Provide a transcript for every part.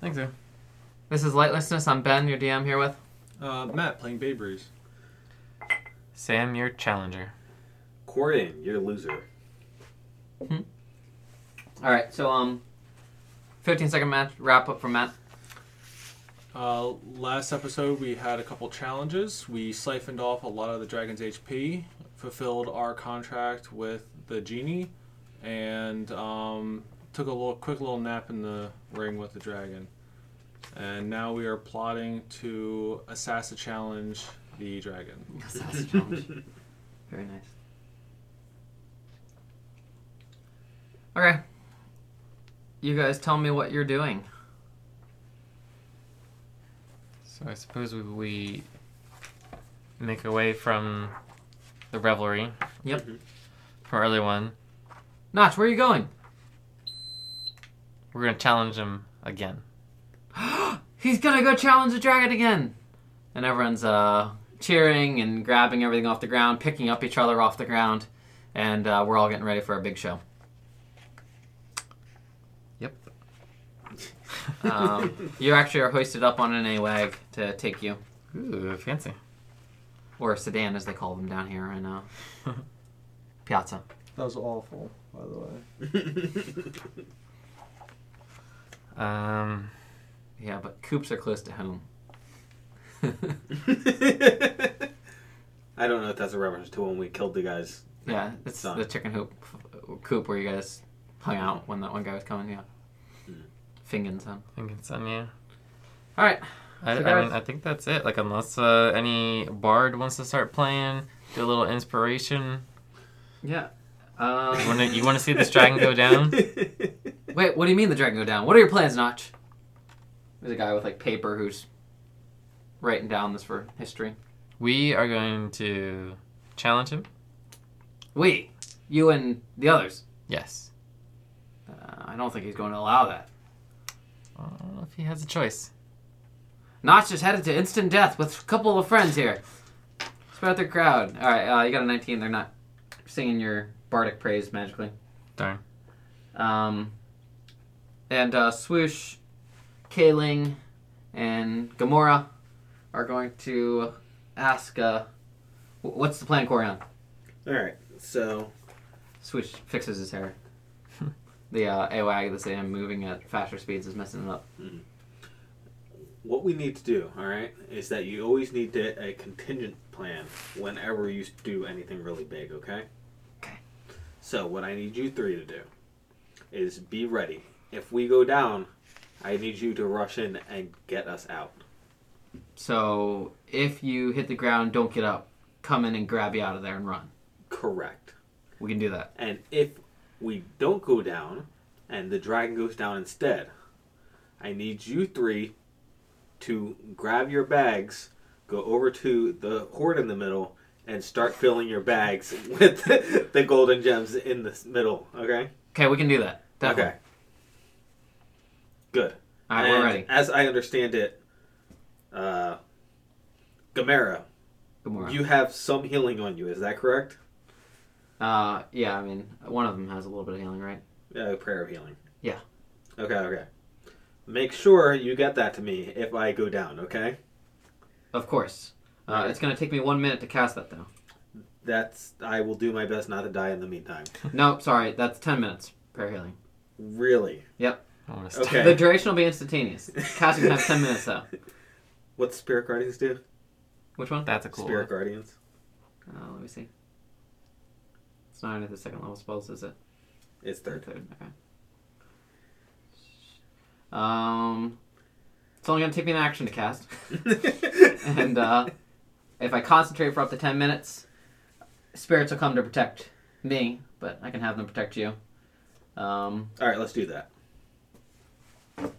think so. This is Lightlessness. I'm Ben, your DM here with Uh, Matt playing Babe Ruth. Sam, your challenger. Corden, you're a loser. All right, so um, 15 second match wrap up from Matt. Uh, last episode, we had a couple challenges. We siphoned off a lot of the dragon's HP, fulfilled our contract with the genie, and um, took a little quick little nap in the ring with the dragon. And now we are plotting to assassin challenge the dragon. Very nice. Okay. You guys tell me what you're doing. So I suppose we, we make away from the revelry. Yep. From early one, Notch, where are you going? we're gonna challenge him again. He's gonna go challenge the dragon again! And everyone's uh, cheering and grabbing everything off the ground, picking up each other off the ground, and uh, we're all getting ready for a big show. Yep. Um, you actually are hoisted up on an A Wag to take you, Ooh, fancy. or a sedan as they call them down here in uh, Piazza. That was awful, by the way. Um, Yeah, but coops are close to home. I don't know if that's a reference to when we killed the guys. Yeah, it's Done. the chicken hoop coop where you guys hung out when that one guy was coming. Yeah, Hmm. Fingen's him. I think it's on you. All right, I, So I guys- mean, I think that's it. Like, unless uh, any bard wants to start playing, do a little inspiration. yeah. You Um, wanna, you wanna see this dragon go down? wait, what do you mean the dragon go down? What are your plans, Notch? There's a guy with like paper who's writing down this for history. We are going to challenge him. We, you, and the others. Yes. Uh, I don't think he's going to allow that. I don't know if he has a choice. Notch is headed to instant death with a couple of friends here. Spread out the crowd. All right, uh, you got a 19. They're not singing your bardic praise magically. Darn. Um, and uh, Swoosh, Kaling, and Gamora are going to ask, uh, wh- what's the plan, Corian? All right, so Swoosh fixes his hair. the uh, AOAG that's am moving at faster speeds is messing it up. what we need to do, all right, is that you always need to, a contingent plan whenever you do anything really big, okay? Okay. So what I need you three to do is be ready. If we go down, I need you to rush in and get us out. So if you hit the ground, don't get up. Come in and grab you out of there and run. Correct. We can do that. And if we don't go down and the dragon goes down instead, I need you three to grab your bags, go over to the hoard in the middle, and start filling your bags with the golden gems in the s- middle, okay? Okay, we can do that. Definitely. Okay. Good. All right, we're And ready. As I understand it, uh, Gamera, Gamora. you have some healing on you, is that correct? uh, yeah, I mean, one of them has a little bit of healing, right? Uh, prayer of healing. Yeah. Okay, okay. Make sure you get that to me if I go down, okay? Of course. Uh, it's going to take me one minute to cast that, though. That's I will do my best not to die in the meantime. no, sorry, that's 10 minutes prayer healing. Really? I wanna stop. Okay. The duration will be instantaneous. Casting time 10 minutes, though. What spirit guardians do? Which one? That's a cool Spirit guardians. Uh, let me see. It's not any of the second level spells, is it? It's third. Third, okay. Um, it's only going to take me an action to cast. and uh, if I concentrate for up to 10 minutes, spirits will come to protect me, but I can have them protect you. Um, All right, let's do that. let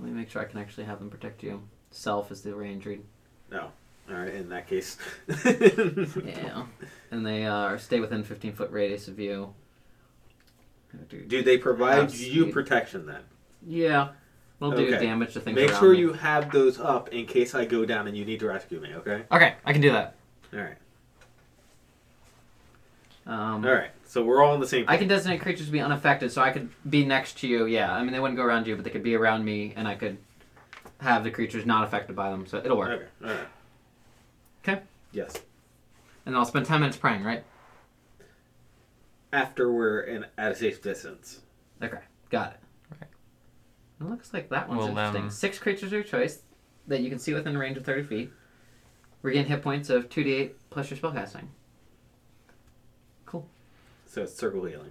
me make sure I can actually have them protect you. Self is the range read. All right, in that case. Yeah. And they uh, are- stay within 15 foot radius of you. Do they provide you Absolute. protection then? Yeah. We'll do Okay. damage to things Make around sure me. you have those up in case I go down and you need to rescue me, okay? Okay, I can do that. All right. Um, All right. So we're all on the same I can designate creatures to be unaffected, so I could be next to you. Yeah, I mean they wouldn't go around you, but they could be around me, and I could have the creatures not affected by them, so it'll work. Okay. All right. 'Kay. Yes. And I'll spend 10 minutes praying, right? After we're in at a safe distance. Okay, got it. Right. It looks like that one's Well, interesting. um, Six creatures of your choice that you can see within a range of 30 feet. Regain hit points of 2d8 plus your spellcasting. So it's circle healing.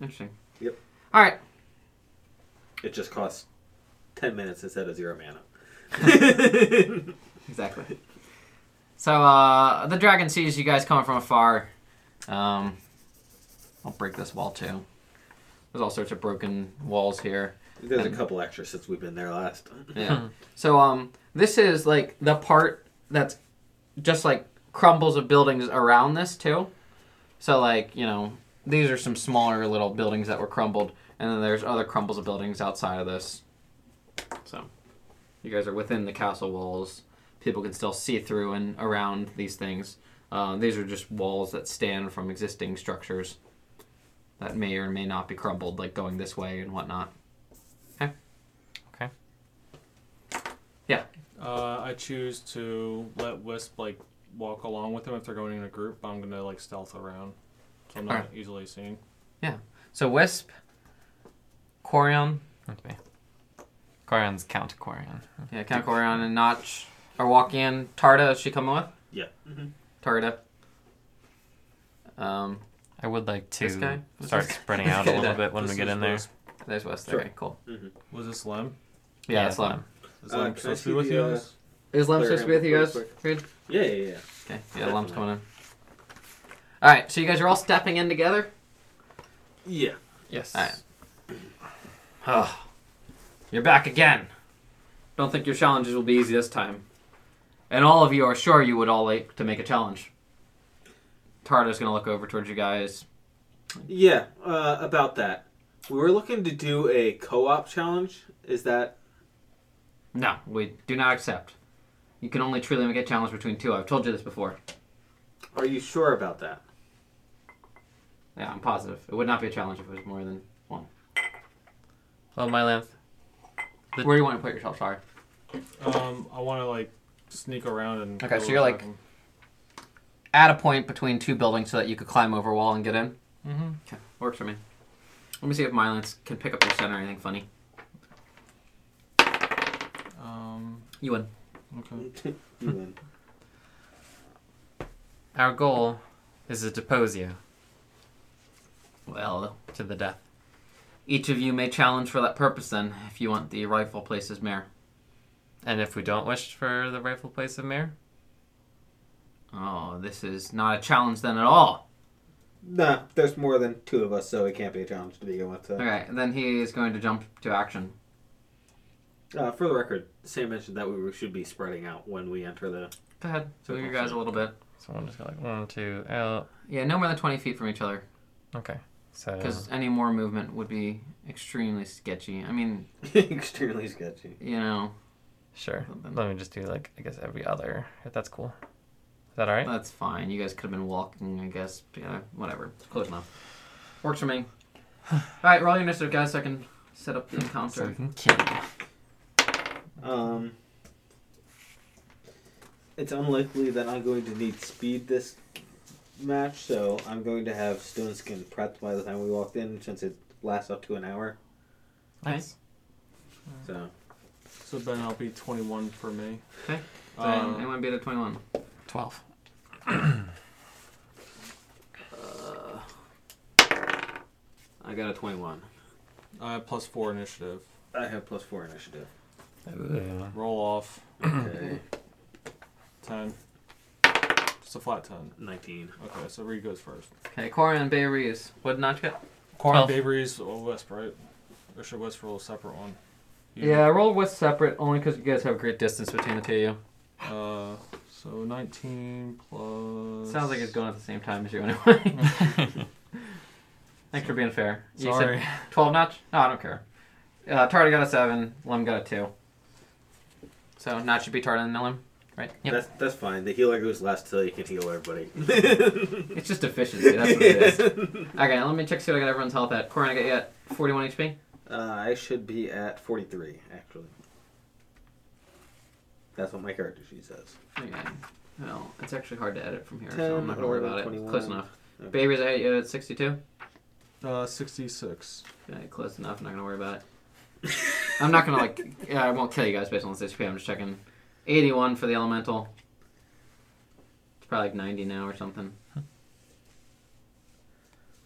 Interesting. Yep. All right. It just costs ten minutes instead of zero mana. Exactly. So uh, the dragon sees you guys coming from afar. Um, I'll break this wall too. There's all sorts of broken walls here. There's a couple extra since we've been there last. Yeah. so um, this is like the part that's just like crumbles of buildings around this too. So like you know these are some smaller little buildings that were crumbled, and then there's other crumbles of buildings outside of this. So you guys are within the castle walls. People can still see through and around these things. Uh, these are just walls that stand from existing structures that may or may not be crumbled, like going this way and whatnot. Okay. Okay. Yeah. Uh, I choose to let Wisp like walk along with them if they're going in a group. But I'm gonna like stealth around, so I'm not Alright. easily seen. So Wisp, Corion, That's me. Quarian's Count Quarian. yeah, Count Corion and Notch are walking in. Tarda, is she coming with? Yeah. Tarda. Um, I would like This guy? to This start guy? spreading out a Okay, little that- bit when This we get is in there. Wisp. there's Wisp. Sure. Okay, cool. Was this Lem? Yeah, that's Lem. fine. Is Uh, Lem can I supposed to see be with the, you? uh, on this? Is Lem Clear supposed to be him with you guys? real quick. Good. Yeah, yeah, yeah. Okay, yeah, Lem's coming in. All right, so you guys are all stepping in together. Yeah. Yes. All right. Oh, you're back again. Don't think your challenges will be easy this time. And all of you are sure you would all like to make a challenge. Tarda's gonna look over towards you guys. Yeah, uh, about that. We were looking to do a co-op challenge. Is that No, we do not accept. You can only truly make a challenge between two. I've told you this before. Are you sure about that? Yeah, I'm positive. It would not be a challenge if it was more than one. Hello, my length. The- Where do you want to put yourself? Sorry. Um, I want to like sneak around and. go Okay, so you're, like, Add a point between two buildings so that you could climb over a wall and get in. Mm-hmm. Okay, works for me. Let me see if Mylance can pick up your scent or anything funny. Um, You win. okay. Our goal is to depose you Well, to the death. each of you may challenge for that purpose then, if you want the rightful place as mayor. And if we don't wish for the rightful place of mayor, Oh, this is not a challenge then at all. nah, there's more than two of us, so it can't be a challenge to begin with. So. Okay, then he is going to jump to action. Uh, for the record, Sam mentioned that we should be spreading out when we enter the. Go ahead, So move you guys a little bit. so we'll just go like one, two, oh, Yeah, no more than 20 feet from each other. okay. So because any more movement would be extremely sketchy. I mean, Extremely sketchy. you know, sure. Something. Let me just do like I guess every other. If that's cool. Is that all right? that's fine. You guys could have been walking, I guess. Yeah, whatever. Close enough. Works for me. All right, roll your initiative, guys, so I can set up the So we encounter. can kill you. Um, it's unlikely that I'm going to need speed this match, so I'm going to have Stone Skin prepped by the time we walked in, since it lasts up to an hour. Nice. So So then I'll be 21 for me. Okay. So Um, anyone beat a 21? Twelve. I got a 21. I have plus four initiative. I have plus four initiative. Ooh. Roll off Okay, 10. Just a flat 10. 19. Okay, so Reed goes first. Okay, Corian and Bay Reeves. What did Notch get? Corn Twelve. Bavery's or Wisp, right? Or should Wisp roll a separate one? You- Yeah, roll with separate only because you guys have a great distance between the two of Uh, so 19 you. plus. Sounds like it's going at the same time as you anyway. Thanks for being fair. You said Sorry. 12 notch? No, I don't care. Uh, Tarda got a 7, Lim got a 2. So notch should be Tarda and then Lim. Yep. That's that's fine. The healer goes last till you can heal everybody. It's just efficiency, that's what it is. okay, let me check see what I got everyone's health at. Corin, I got you at 41 HP. Uh, I should be at 43, actually. That's what my character sheet says. Okay. Well, it's actually hard to edit from here, 10, so I'm not gonna worry 11, about it. 21. Close enough. Okay. Baby's at you at 62. Uh, 66. Okay, close enough. Not gonna worry about it. I'm not gonna like. Yeah, I won't kill you guys based on this HP. I'm just checking. 81 for the elemental. It's probably like 90 now or something.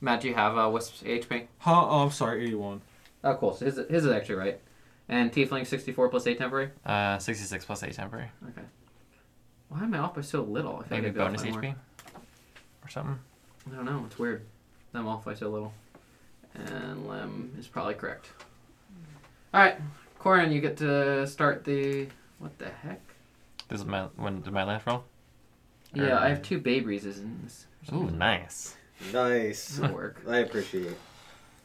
Matt, do you have uh, Wisp's HP? Huh? Oh, I'm sorry, 81. Oh, cool. So his, his is actually right. And Tiefling 64 plus 8 temporary. Uh, 66 plus 8 temporary. Okay. Why am I off by so little? I feel Maybe like I'd be off bonus by more. HP? Or something? I don't know. It's weird. I'm off by so little. And Lem is probably correct. All right, Corin, you get to start the. What the heck? This is my, when, did my last roll? Yeah, I have two babe breezes in this. Ooh, nice. Nice. This'll work. I appreciate it.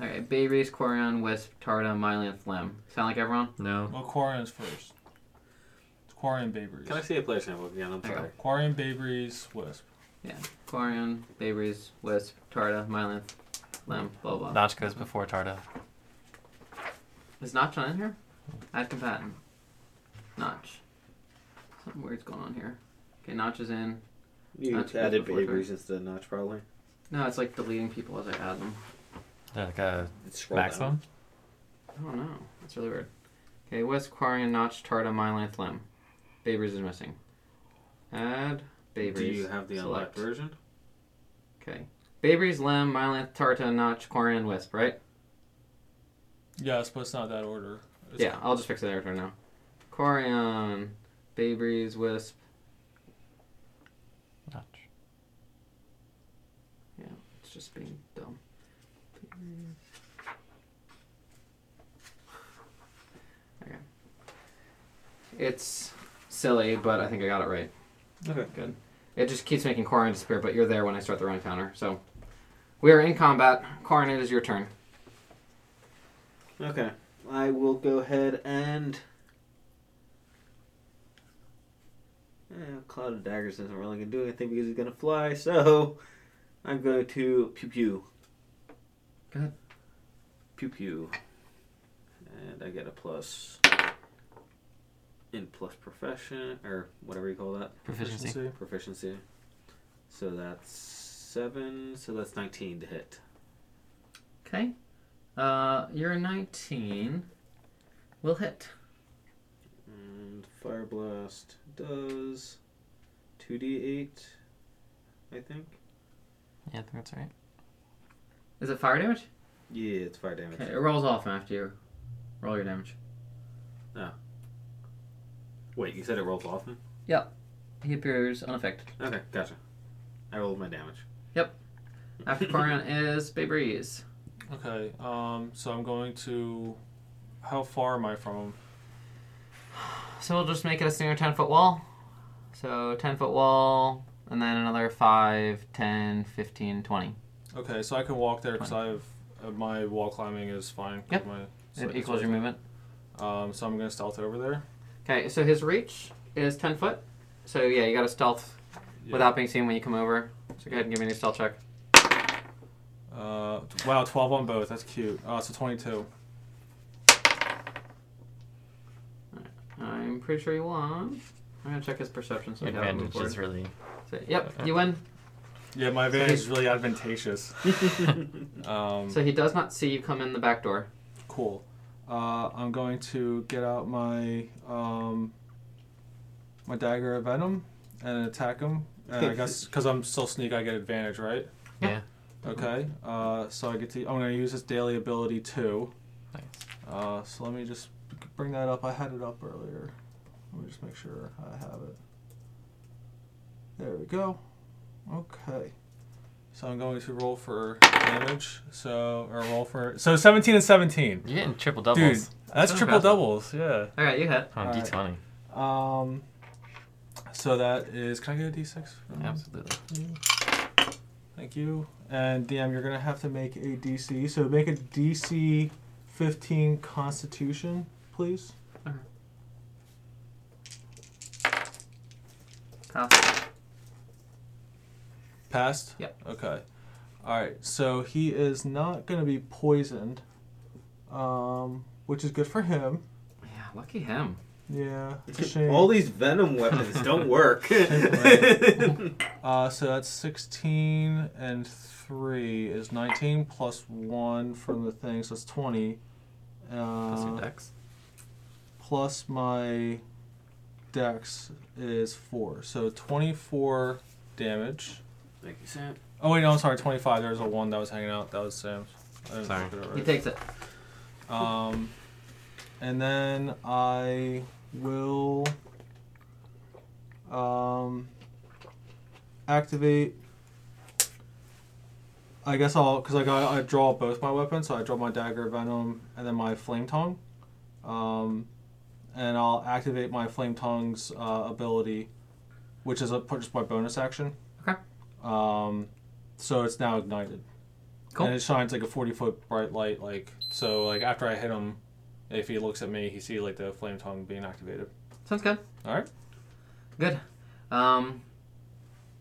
All right, babe breeze, Corian, Wisp, Tarda, Mylan, Lem. Sound like everyone? No. Well, Quarian's first. It's Quarian Baberies. Can I see a player sample again? I'm There you sorry. Quarian Baberies Wisp. Corian, babe breeze, Wisp, Tarda, Mylan, Lem. Blah blah. Notch goes before Tarda. Is Notch on in here? Add combatant. Notch. Something weird's going on here. Okay, Notch is in. You Notch goes added before turn. babies instead of notch, probably. No, it's like deleting people as I add them. Like a It's scroll down. maximum? I don't know. Oh, That's really weird. Okay, West Quarian Notch Tarda Mylanth Lim. Babers is missing. Add Babers. Do you have the unlocked Select. version? Okay. Babers, Lem, Mylanth, Tarta, Notch, Quarian, Wisp, right? Yes, but it's not that order. It's yeah, I'll just fix it there for now. Quarian, Babers, Wisp. Notch. It's just being dumb. Okay. It's silly, but I think I got it right. Okay. Good. It just keeps making Corin disappear, but you're there when I start the run counter. So we are in combat. Corin, it is your turn. Okay. I will go ahead and. Eh, Cloud of Daggers isn't really going to do anything because he's going to fly, so I'm going to pew pew. Go ahead. Pew pew. And I get a plus. In plus profession, or whatever you call that. Proficiency. Proficiency. So that's 7, so that's 19 to hit. Okay. Uh, you're 19. Will hit. And Fire Blast does 2d8, I think. Yeah, I think that's right. Is it fire damage? Yeah, it's fire damage. Okay, it rolls off after you roll your damage. Wait, you said it rolls off him? He appears unaffected. Okay, gotcha. I rolled my damage. After Corian is Bay Breeze. Okay, um, so I'm going to. How far am I from him? So we'll just make it a standard 10 foot wall. So 10 foot wall, and then another 5, 10, 15, 20. Okay, so I can walk there because I have. Uh, my wall climbing is fine. 'cause Yep. My, It equals your movement. Um, so I'm going to stealth over there. Okay, so his reach is 10 foot. So yeah, you got to stealth Yeah. without being seen when you come over. So go ahead and give me a stealth check. Uh, wow, 12 on both. That's cute. Uh, so 22. I'm pretty sure you won. I'm gonna check his perception so we have it Advantage before. is really. So, yep, you win. Yeah, my advantage is really advantageous. um, So he does not see you come in the back door. cool. Uh, I'm going to get out my um, my dagger of venom and attack him. And I guess because I'm still sneak, I get advantage, right? Yeah. Okay. Uh, so I get to. I'm going to use his daily ability too. Nice. Uh, so let me just bring that up. I had it up earlier. Let me just make sure I have it. There we go. Okay. So I'm going to roll for damage. So or roll for so 17 and 17. You're getting triple Dude, doubles that's Sounds triple impressive. doubles. Yeah. All right, you hit. on all right. d20. Um. So that is. Can I get a d6? Absolutely. Thank you. And DM, you're gonna have to make a DC. So make a DC 15 Constitution, please. Pass. Passed? Yep. Okay. All right. So he is not going to be poisoned. um, which is good for him. Yeah, lucky him. Yeah, it's a shame. All these venom weapons don't work. Uh, so that's 16 and 3 is 19 plus 1 from the thing, so it's 20. Plus Uh, your dex. plus my dex is 4. So 24 damage. Thank you, Sam. Oh, wait, no, I'm sorry, 25. There's a 1 that was hanging out. That was Sam's. I didn't Sorry. look at it He right. takes it. Um, and then I will um, activate. I guess I'll because I got I draw both my weapons, so I draw my dagger, venom, and then my flame tongue. Um, and I'll activate my flame tongue's uh, ability, which is a just my bonus action. Okay. Um, so it's now ignited. Cool. And it shines like a forty foot bright light, like so. Like after I hit him, if he looks at me, he see like the flame tongue being activated. Sounds good. All right. Good. Um,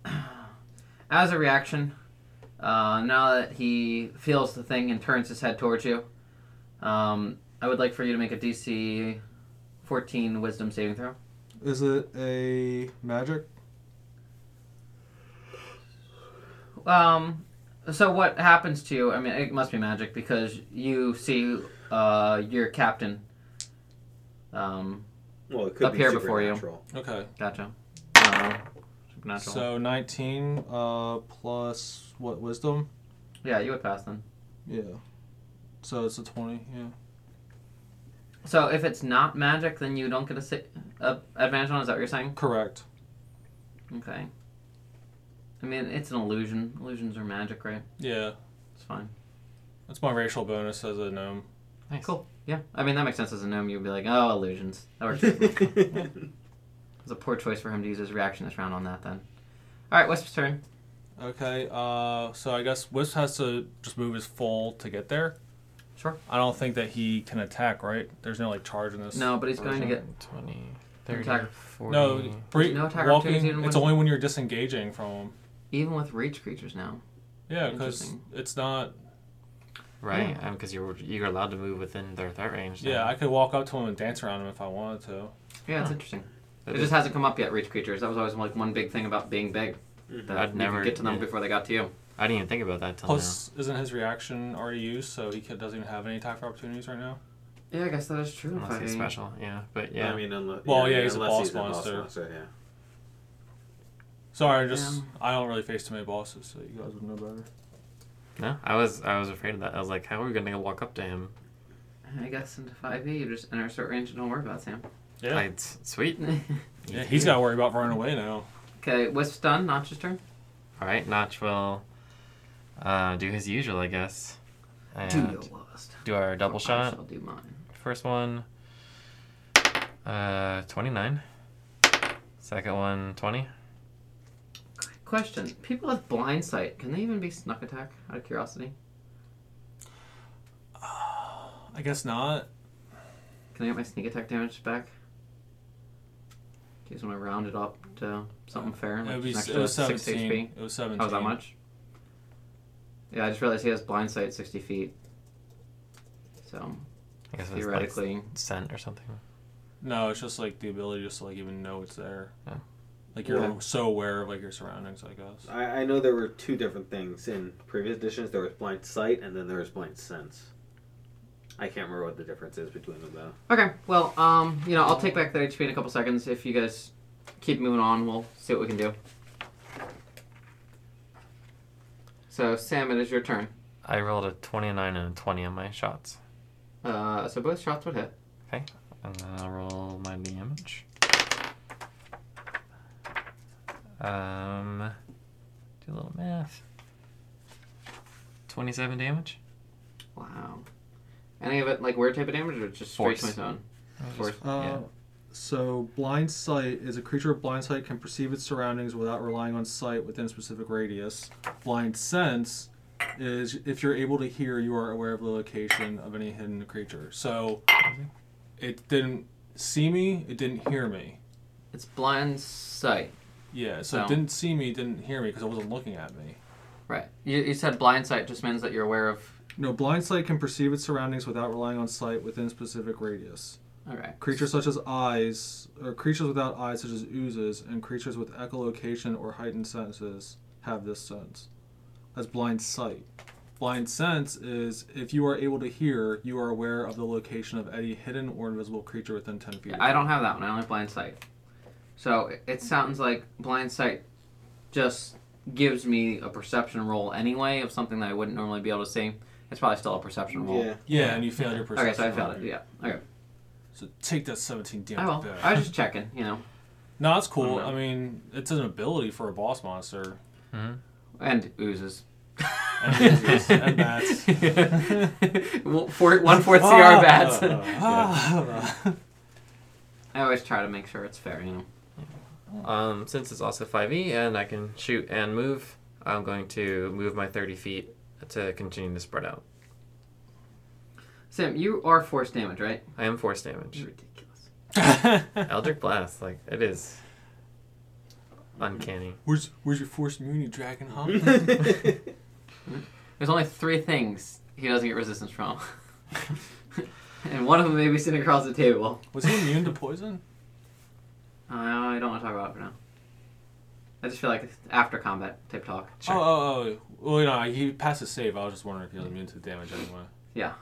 as a reaction, uh, now that he feels the thing and turns his head towards you, um, I would like for you to make a DC 14 Wisdom saving throw. Is it a magic? Um, so what happens to you? I mean, it must be magic because you see uh, your captain. Um, Well, it could Up be here before you. supernatural. Okay. gotcha. Uh, supernatural. So nineteen uh, plus what wisdom? yeah, you would pass then. Yeah. So it's a twenty. Yeah. So if it's not magic, then you don't get a, sa- a advantage on. it, Is that what you're saying? Correct. Okay. I mean, it's an illusion. Illusions are magic, right? Yeah. It's fine. That's my racial bonus as a gnome. Nice. Cool. Yeah. I mean, that makes sense as a gnome. You'd be like, oh, illusions. That works. it was a poor choice for him to use his reaction this round on that, then. All right, Wisp's turn. Okay. Uh, so I guess Wisp has to just move his full to get there. Sure. I don't think that he can attack. Right? There's no like charge in this. No, but he's going to get. 20, 30, Attack. 40. No, bre- no attack walking. opportunities even It's when- only when you're disengaging from him. Even with rage creatures now. Yeah, because Interesting. it's not. Right, because you're you're allowed to move within their threat range. Yeah, I could walk up to him and dance around him if I wanted to. Yeah, it's Huh. interesting. That it just is- hasn't come up yet, rage creatures. That was always like one big thing about being big. That Mm-hmm. I'd you could never- get to them yeah. before they got to you. I didn't even think about that till Plus, isn't his reaction already used, so he could, doesn't even have any attack opportunities right now? Yeah, I guess that is true. now. Unless he's special, yeah. But yeah, I mean, unless, Well, yeah, I mean, he's a unless boss he's monster. yeah. Sorry, I just Yeah. I don't really face too many bosses, so you guys would know better. no, I was I was afraid of that. I was like, how are we gonna walk up to him? I guess into 5e, you just enter a certain range and don't worry about Sam. Yeah, I, it's sweet. yeah he's got to worry about running away now. okay, Wisp's done. Notch's turn. All right, Notch will uh, do his usual, I guess. Two And you lost. do our double I shot. shall do mine. First one, uh, 29. Second one, 20. Question: People with blind sight can they even be snuck attack? Out of curiosity, I guess not. can I get my sneak attack damage back? Just want to round it up to something fair. It Like would be, just an it was extra six 17. HP. It was 17. Oh, is that much? Yeah, I just realized he has blind sight sixty feet. So I guess it's like theoretically, scent or something. No, it's just like the ability just to like even know it's there. Yeah. Like you're Yeah. so aware of like your surroundings, I guess. I, I know there were two different things in previous editions. There was blind sight, and then there was blind sense. I can't remember what the difference is between them though. okay. Well, um, you know, I'll take back that HP in a couple seconds. If you guys keep moving on, we'll see what we can do. So Sam, it is your turn. I rolled a 29 and a 20 on my shots. Uh, so both shots would hit. And then I'll Uh, roll my damage. Um, do a little math. 27 damage? Wow. Any of it like weird type of damage or just straight to my Force. zone? That was Force. just- Uh, yeah. So, blind sight is a creature of blind sight can perceive its surroundings without relying on sight within a specific radius. Blind sense is if you're able to hear, you are aware of the location of any hidden creature. So, it didn't see me, it didn't hear me. It's blind sight. Yeah, so No. it didn't see me, it didn't hear me because it wasn't looking at me. Right. You, you said blind sight just means that you're aware of No, blind sight can perceive its surroundings without relying on sight within specific radius. All right. Creatures such as eyes, or creatures without eyes such as oozes, and creatures with echolocation or heightened senses have this sense. That's blind sight. Blind sense is if you are able to hear, you are aware of the location of any hidden or invisible creature within 10 feet. Yeah, of I you. don't have that one. I only have blind sight. So it- it sounds like blind sight just gives me a perception roll anyway of something that I wouldn't normally be able to see. It's probably still a perception roll. Yeah. Yeah, and you failed your perception. Okay, so I failed roll. uh, it. Yeah. Okay. So take that 17 I damage will. back. I was just checking. You know, No, that's cool. I I, don't mean, it's an ability for a boss monster. and oozes. And oozes and bats. Well, Four, one fourth CR Ah, bats. ah, ah. I always try to make sure it's fair. You know. Um, since it's also 5e and I can shoot and move, I'm going to move my 30 feet to continue to spread out. Sam, you are force damage, right? I am force damage. Ridiculous. Ah. Eldritch Blast, like, it is uncanny. where's where's your force immunity, dragon? Huh? There's only three things he doesn't get resistance from, and one of them may be sitting across the table. Was he immune to poison? Uh, I don't want to talk about it for now. I just feel like it's after combat type talk. Sure. Oh, oh, oh. Well, no, he passed his save. I was just wondering if he was immune to the damage anyway. Yeah.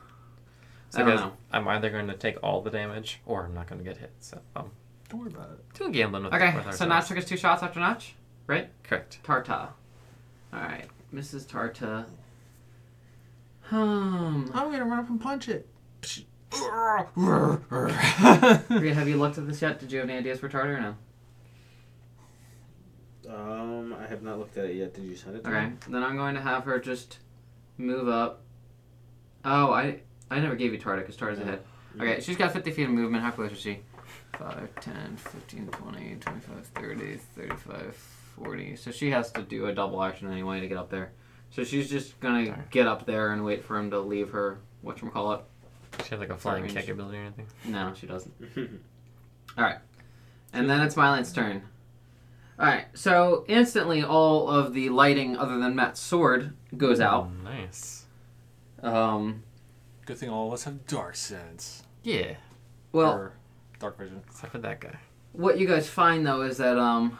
So, I don't guys, know. I'm either going to take all the damage or I'm not going to get hit. So, um, Don't worry about it. doing gambling with Okay, with so ourselves. Notch took us two shots after Notch, right? Correct. Tarta. Alright, Mrs. Tarta. Hmm. I'm gonna run up and punch it. Rhea, have you looked at this yet? Did you have any ideas for Tarta or no? Um, I have not looked at it yet. Did you send it to Okay, me? then I'm going to have her just move up. Oh, I I never gave you Tarta because Tarta's ahead. Okay, she's got 50 feet of movement. How close is she? 5, 10, 15, 20, 25, 30, 35, 40. So she has to do a double action anyway to get up there. So she's just going to Alright. get up there and wait for him to leave her, whatchamacallit. She has like a flying range. kick ability or anything. No, she doesn't. Um, And then it's Mylan's turn. Alright, so instantly all of the lighting other than Matt's sword goes Mm-hmm. out. Mm, Nice. Um, Good thing all of us have dark sense. Yeah. well, Or dark vision. Except for that guy. what you guys find though is that um,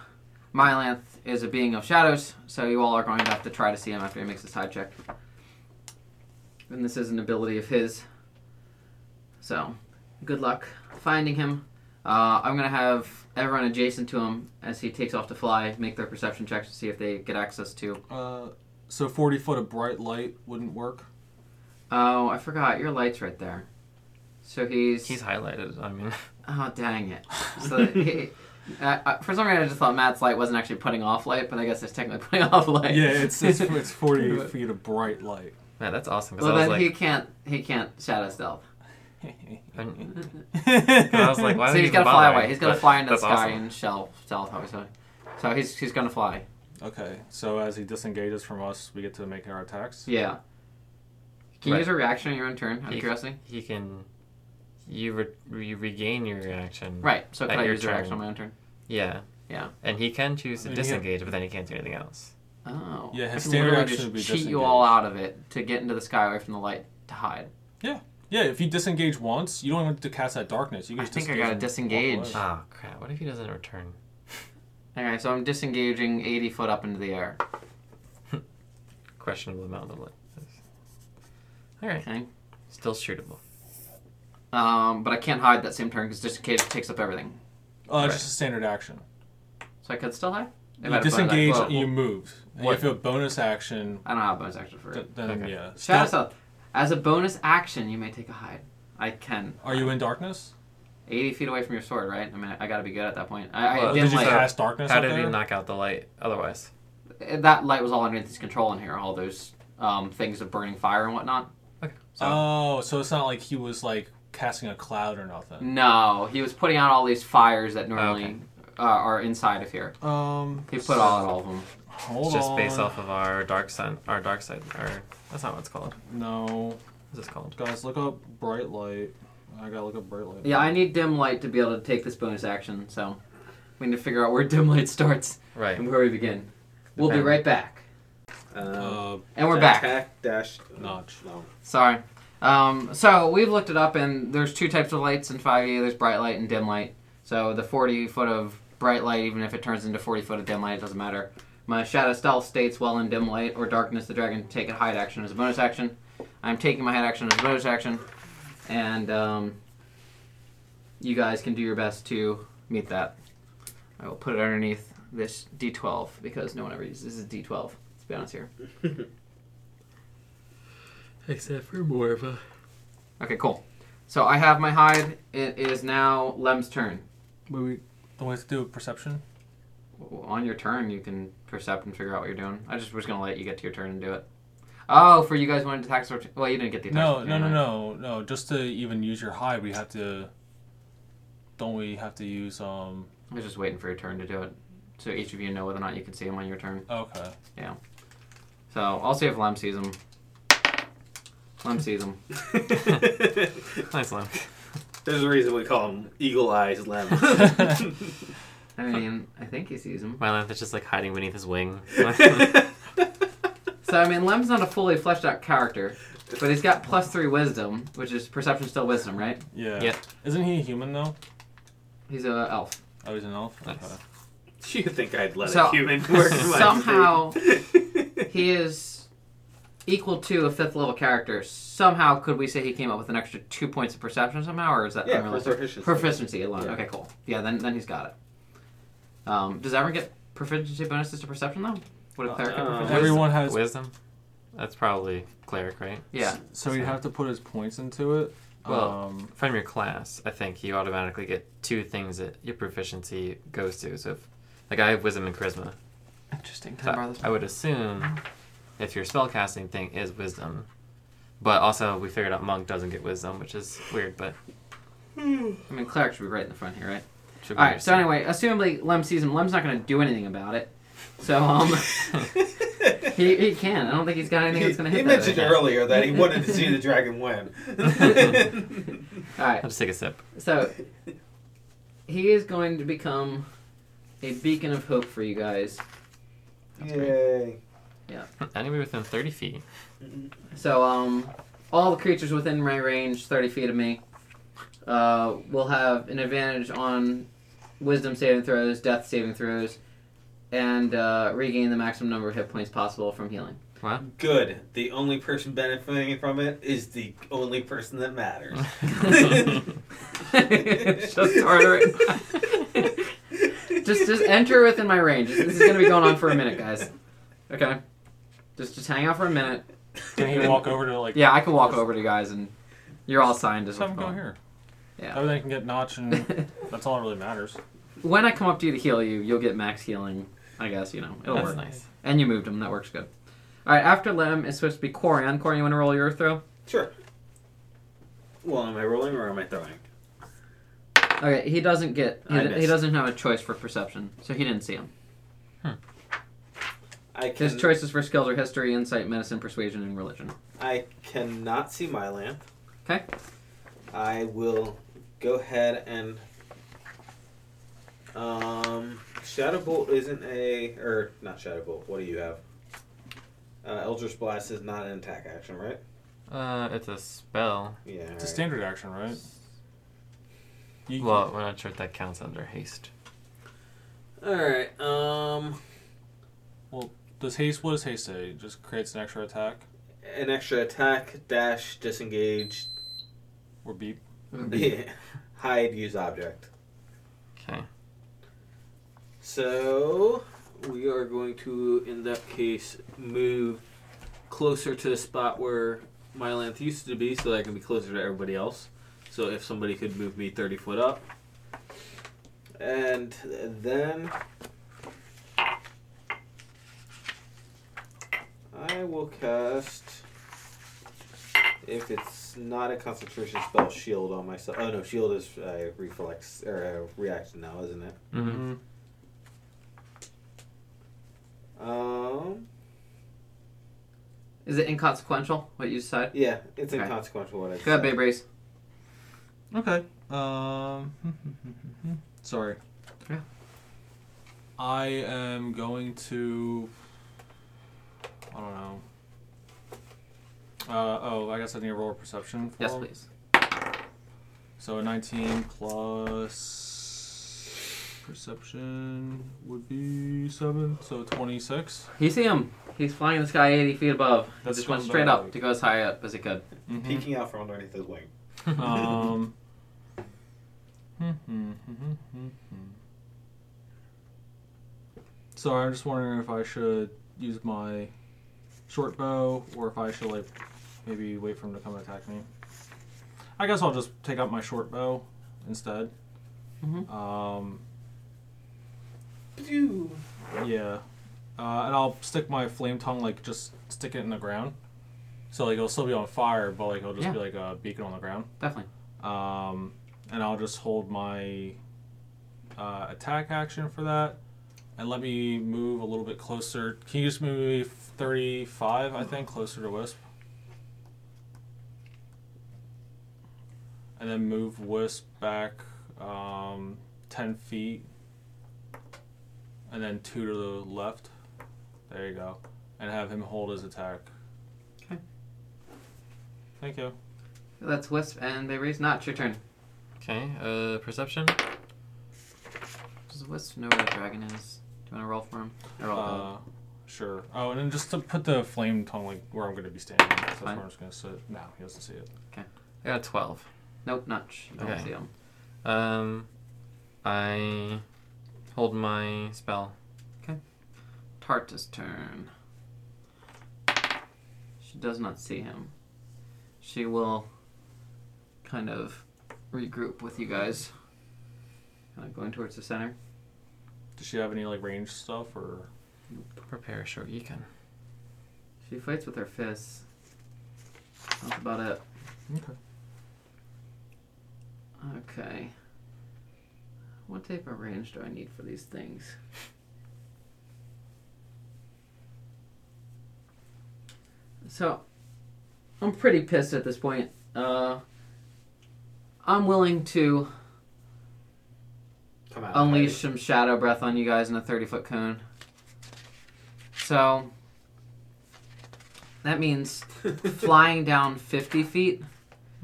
Mylanth is a being of shadows, so you all are going to have to try to see him after he makes his side check. And this is an ability of his. So, good luck finding him. Uh, I'm going to have everyone adjacent to him as he takes off to fly make their perception checks to see if they get access to. Uh, so 40 foot of bright light wouldn't work. Oh, I forgot. Your light's right there. So he's. He's highlighted. I mean, Oh, dang it. So he, uh, uh, for some reason, I just thought Matt's light wasn't actually putting off light, but I guess it's technically putting off light. Yeah, it's it's, it's 40 feet of bright light. man, that's awesome. Because well, I was then like, he can't. He can't shadow stealth. I'm- 'cause I was like, why so would he's going to gonna fly away. He's gonna fly into the that's sky awesome. and shell stealth. Obviously. So he's he's gonna fly. Okay, so as he disengages from us, we get to make our attacks. Yeah. Can you Right. use a reaction on your own turn? Out of He- curiosity. He can. You, re- you regain your reaction. Right. So At can I your use a reaction on turn. my own turn? Yeah. Yeah. And he can choose I to mean, he- disengage, but then he can't do anything else. Oh. Yeah, his I can standard literally action just would be cheat you all disengage. out of it to get into the sky away from the light to hide. Yeah, if you disengage once, you don't have to cast that darkness. You can I just think I disengage gotta and walk disengage. away. Oh crap! What if he doesn't return? All right, so I'm disengaging 80 foot up into the air. Questionable amount of light. All right. Okay. Still shootable. Um, but I can't hide that same turn because disengage takes up everything. Ah, Oh, that's Right. just a standard action. So I could still hide. If I You had a bonus action- disengage, well, you moved. And What? If you have a bonus action, I don't have a bonus action for th- it. then Okay. yeah. Shadow Stealth- Stealth. As a bonus action, you may take a hide. I can. Are you in darkness? 80 feet away from your sword, right? I mean, I gotta be good at that point. I, I Well, dim Did you light. cast darkness? How up did there? he knock out the light? Otherwise, That light was all underneath his control in here, all those um, things of burning fire and whatnot. okay. So Oh, so it's not like he was like casting a cloud or nothing. No, he was putting out all these fires Oh, that normally Okay. uh, are inside of here. Um, He put all out all of them. hold it's just based on. off of our dark sun, our dark side, or that's not what it's called. No, What's this called? guys, look up bright light. I gotta look up bright light. Yeah, I need dim light to be able to take this bonus action, so we need to figure out where dim light starts Right. and where we begin. We'll be Okay. right back. Uh, Uh, And we're back. Attack dash Notch. No. Sorry. Um, so we've looked it up, and there's two types of lights in 5e. There's bright light and dim light. So the 40 foot of bright light, even if it turns into 40 foot of dim light, it doesn't matter. My shadow stealth states while in dim light or darkness, the dragon can take a hide action as a bonus action. I'm taking my hide action as a bonus action, and um, you guys can do your best to meet that. I will put it underneath this d12 because no one ever uses a d12. Let's be honest here. Except for Morva. Okay, cool. So I have my hide. It is now Lem's turn. wait, wait. Don't we have to do a perception? On your turn, you can percept and figure out what you're doing. I just was gonna let you get to your turn and do it. Oh, for you guys wanted to tax or well, you didn't get the attack. No, no, no, no, no. Just to even use your hide, we have to. Don't we have to use um? I was just waiting for your turn to do it, so each of you know whether or not you can see him on your turn. Okay. So I'll see if Lem sees him. Lem sees him. Nice one. There's a reason we call him Eagle Eyes Lem. I mean, I think he sees him. My lamp is just like hiding beneath his wing. So I mean, Lem's not a fully fleshed out character, but he's got plus three wisdom, which is perception still wisdom, right? Yeah. Yeah. Isn't he human though? He's a elf. Oh, he's an elf. Nice. Okay. you think I'd let So, a human work in my somehow- sleep? He is equal to a fifth level character. Somehow, could we say he came up with an extra two points of perception somehow, or is that yeah, for unrealistic? proficiency. Proficiency alone. Yeah. Okay, cool. Yeah, then then he's got it. Um, does everyone get proficiency bonuses to perception though? Would a cleric get Uh, proficiency? Everyone has. Wisdom? That's probably cleric, right? yeah. So he'd have to put his points into it. Well- um, From your class, I think you automatically get two things that your proficiency goes to. So, if, like, I have wisdom and charisma. Interesting. Can So I borrow this? I would assume if your spellcasting thing is wisdom, but also we figured out monk doesn't get wisdom, which is weird, but I mean, cleric should be right in the front here, right? should All right. So anyway, assumably Lem sees him. Lem's not going to do anything about it. So um, he, he can. I don't think he's got anything that's going to he hit that. mentioned right earlier that he wanted to see the dragon win. now. All right. I'll just take a sip. So he is going to become a beacon of hope for you guys. Yay. Anyway, within 30 feet. So um, all the creatures within my range, thirty feet of me, uh, will have an advantage on wisdom saving throws, death saving throws, and uh, regain the maximum number of hit points possible from healing. Good. The only person benefiting from it is the only person that matters. It's just harder. just just enter within my range. This is gonna be going on for a minute, guys. Okay. Just just hang out for a minute. can he walk over to like? Yeah, I can walk over to guys and you're all signed as Just have him go here. Yeah. That way they can get Notch, and that's all that really matters. Mm-hmm. When I come up to you to heal you, you'll get max healing. I guess you know it'll That's work. nice. And you moved him. That works good. All right. After Lem, it's supposed to be Corian. Corian, you want to roll your throw? sure. Well, am I rolling or am I throwing? Okay. He doesn't get. He, I he missed. doesn't have a choice for perception, so he didn't see him. I can. His choices for skills are history, insight, medicine, persuasion, and religion. I cannot see my lamp. 'Kay. I will go ahead and. Um, Shadow Bolt isn't a or not Shadow Bolt. What do you have? Uh, Eldritch Blast is not an attack action, right? Uh, it's a spell. Yeah. It's a alright. standard action, right? You, Well, we're not sure if that counts under haste. Alright, um. does haste? What does haste say? It Just creates an extra attack An extra attack, dash, disengage, or beep. yeah, hide, use object. Okay. So, we are going to, in that case, move closer to the spot where my length used to be so that I can be closer to everybody else. So, if somebody could move me 30 foot up. And then. I will cast. If it's not a concentration spell, shield on myself. Oh no, shield is uh, reflex or uh, reaction now, isn't it? Mm-hmm. Um. Is it inconsequential what you decide? Yeah, it's Okay. inconsequential what I Go ahead, said. babe race. Okay. Um. Sorry. Yeah. I am going to. I don't know. Uh, oh, I guess I need to roll a perception. For Yes, him. please. So a 19 plus perception would be 7, so 26. You see him. He's flying in the sky 80 feet above. He That's just went from straight the- up to go as high up as he could. Mm-hmm. Mhm. Peeking out from underneath his wing. um, Sorry, I'm just wondering if I should use my short bow or if I should like maybe wait for him to come attack me. I guess I'll just take out my short bow instead. Mhm. Um, Pew. yeah, uh, and I'll stick my flame tongue like just stick it in the ground, so like it'll still be on fire, but like it'll just be Yeah. like a beacon on the ground. Definitely. Um, and I'll just hold my uh, attack action for that. And let me move a little bit closer. Can you just move me 35, I think, closer to Wisp? And then move Wisp back um, 10 feet. And then two to the left. There you go. And have him hold his attack. Okay. Thank you. That's Wisp and they raise Not your turn. Okay, uh, perception. Does Wisp know where the dragon is? Do you want to roll for him? Or roll for him? Uh, sure. Oh, and then just to put the flame tongue like where I'm going to be standing. so That's Fine. where I'm just going to sit. No, he doesn't see it. I got a 12. Nope, Notch. You don't okay. see him. Um, I hold my spell. Tarta's turn. She does not see him. She will kind of regroup with you guys. Kind of going towards the center. Does she have any like range stuff or? Prepare a short yukon. She fights with her fists. That's about it. Okay. Okay. What type of range do I need for these things? So, I'm pretty pissed at this point. Uh, I'm willing to Come out. unleash some shadow breath on you guys in a 30 foot cone. So, that means flying down 50 feet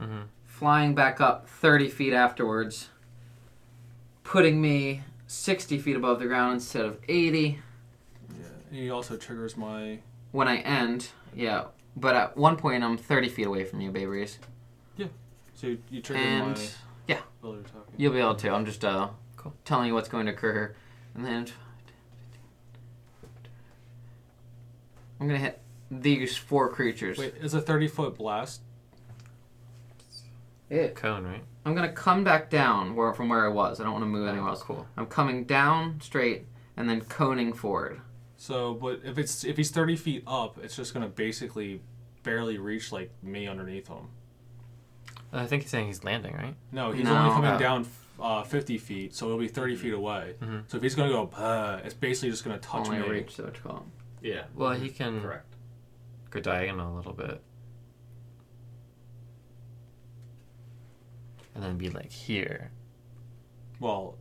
Mm-hmm. flying back up 30 feet afterwards, putting me 60 feet above the ground instead of 80 Yeah. And he also triggers my. when I end. Yeah, but at one point I'm 30 feet away from you, Babe Reese. So you, you trigger And my. yeah. Ability attack. You'll be able to. I'm just uh, Cool. telling you what's going to occur. And then I'm going to hit these four creatures. Wait, it's a 30 foot blast. Yeah. Cone, right? I'm going to come back down where, from where I was. I don't want to Oh, move anywhere else. Cool. I'm coming down straight and then coning forward. So, but if it's if he's 30 feet up, it's just going to basically barely reach like me underneath him. I think he's saying he's landing, right? No, he's No. only coming Oh. down uh, 50 feet, so it'll be 30 feet away. Mhm. So if he's going to go, uh, it's basically just going to touch Mm-hmm. Only me. reach, so it's called. Yeah. Well, he can Mm. Correct. go diagonal a little bit. And then be like here. Well,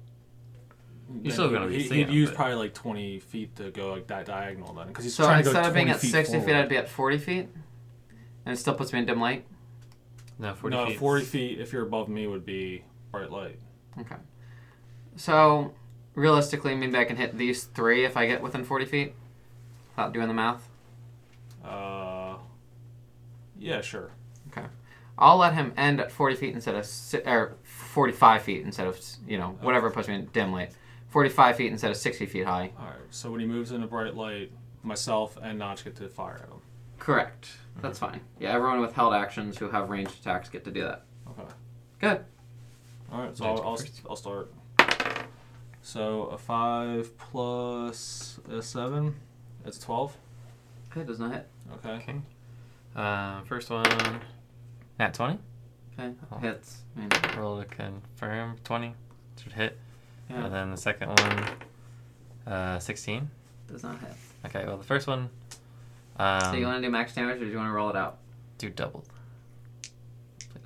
then still gonna he- be he- seeing He'd him, use but- probably like twenty feet to go like that diagonal then, because he's So trying to go instead of being 20 at 60 feet, I'd forward. be at 40 feet. And it still puts me in dim light. No, 40 no feet. forty feet. If you're above me, would be bright light. Okay. So realistically, maybe I can hit these three if I get within 40 feet without doing the math. Uh, yeah, sure. I'll let him end at 40 feet instead of, si- or 45 feet instead of, you know, whatever puts me in dim light. 45 feet instead of 60 feet high. All right. So when he moves into bright light, myself and Notch get to fire at him. Correct. That's fine. Yeah, everyone with held actions who have ranged attacks get to do that. Okay. Good. All right. So Notch I'll, go I'll, first. I'll start. So a five plus a seven, it's twelve. Okay, does not hit. Okay. Okay. Uh, first one, nat 20. Okay, Oh. hits. I mean, Roll to confirm 20. Should hit. yeah, And then the second one, uh, 16. does not hit. Okay, well, the first one. Um, so you want to do max damage or do you want to roll it out? do double.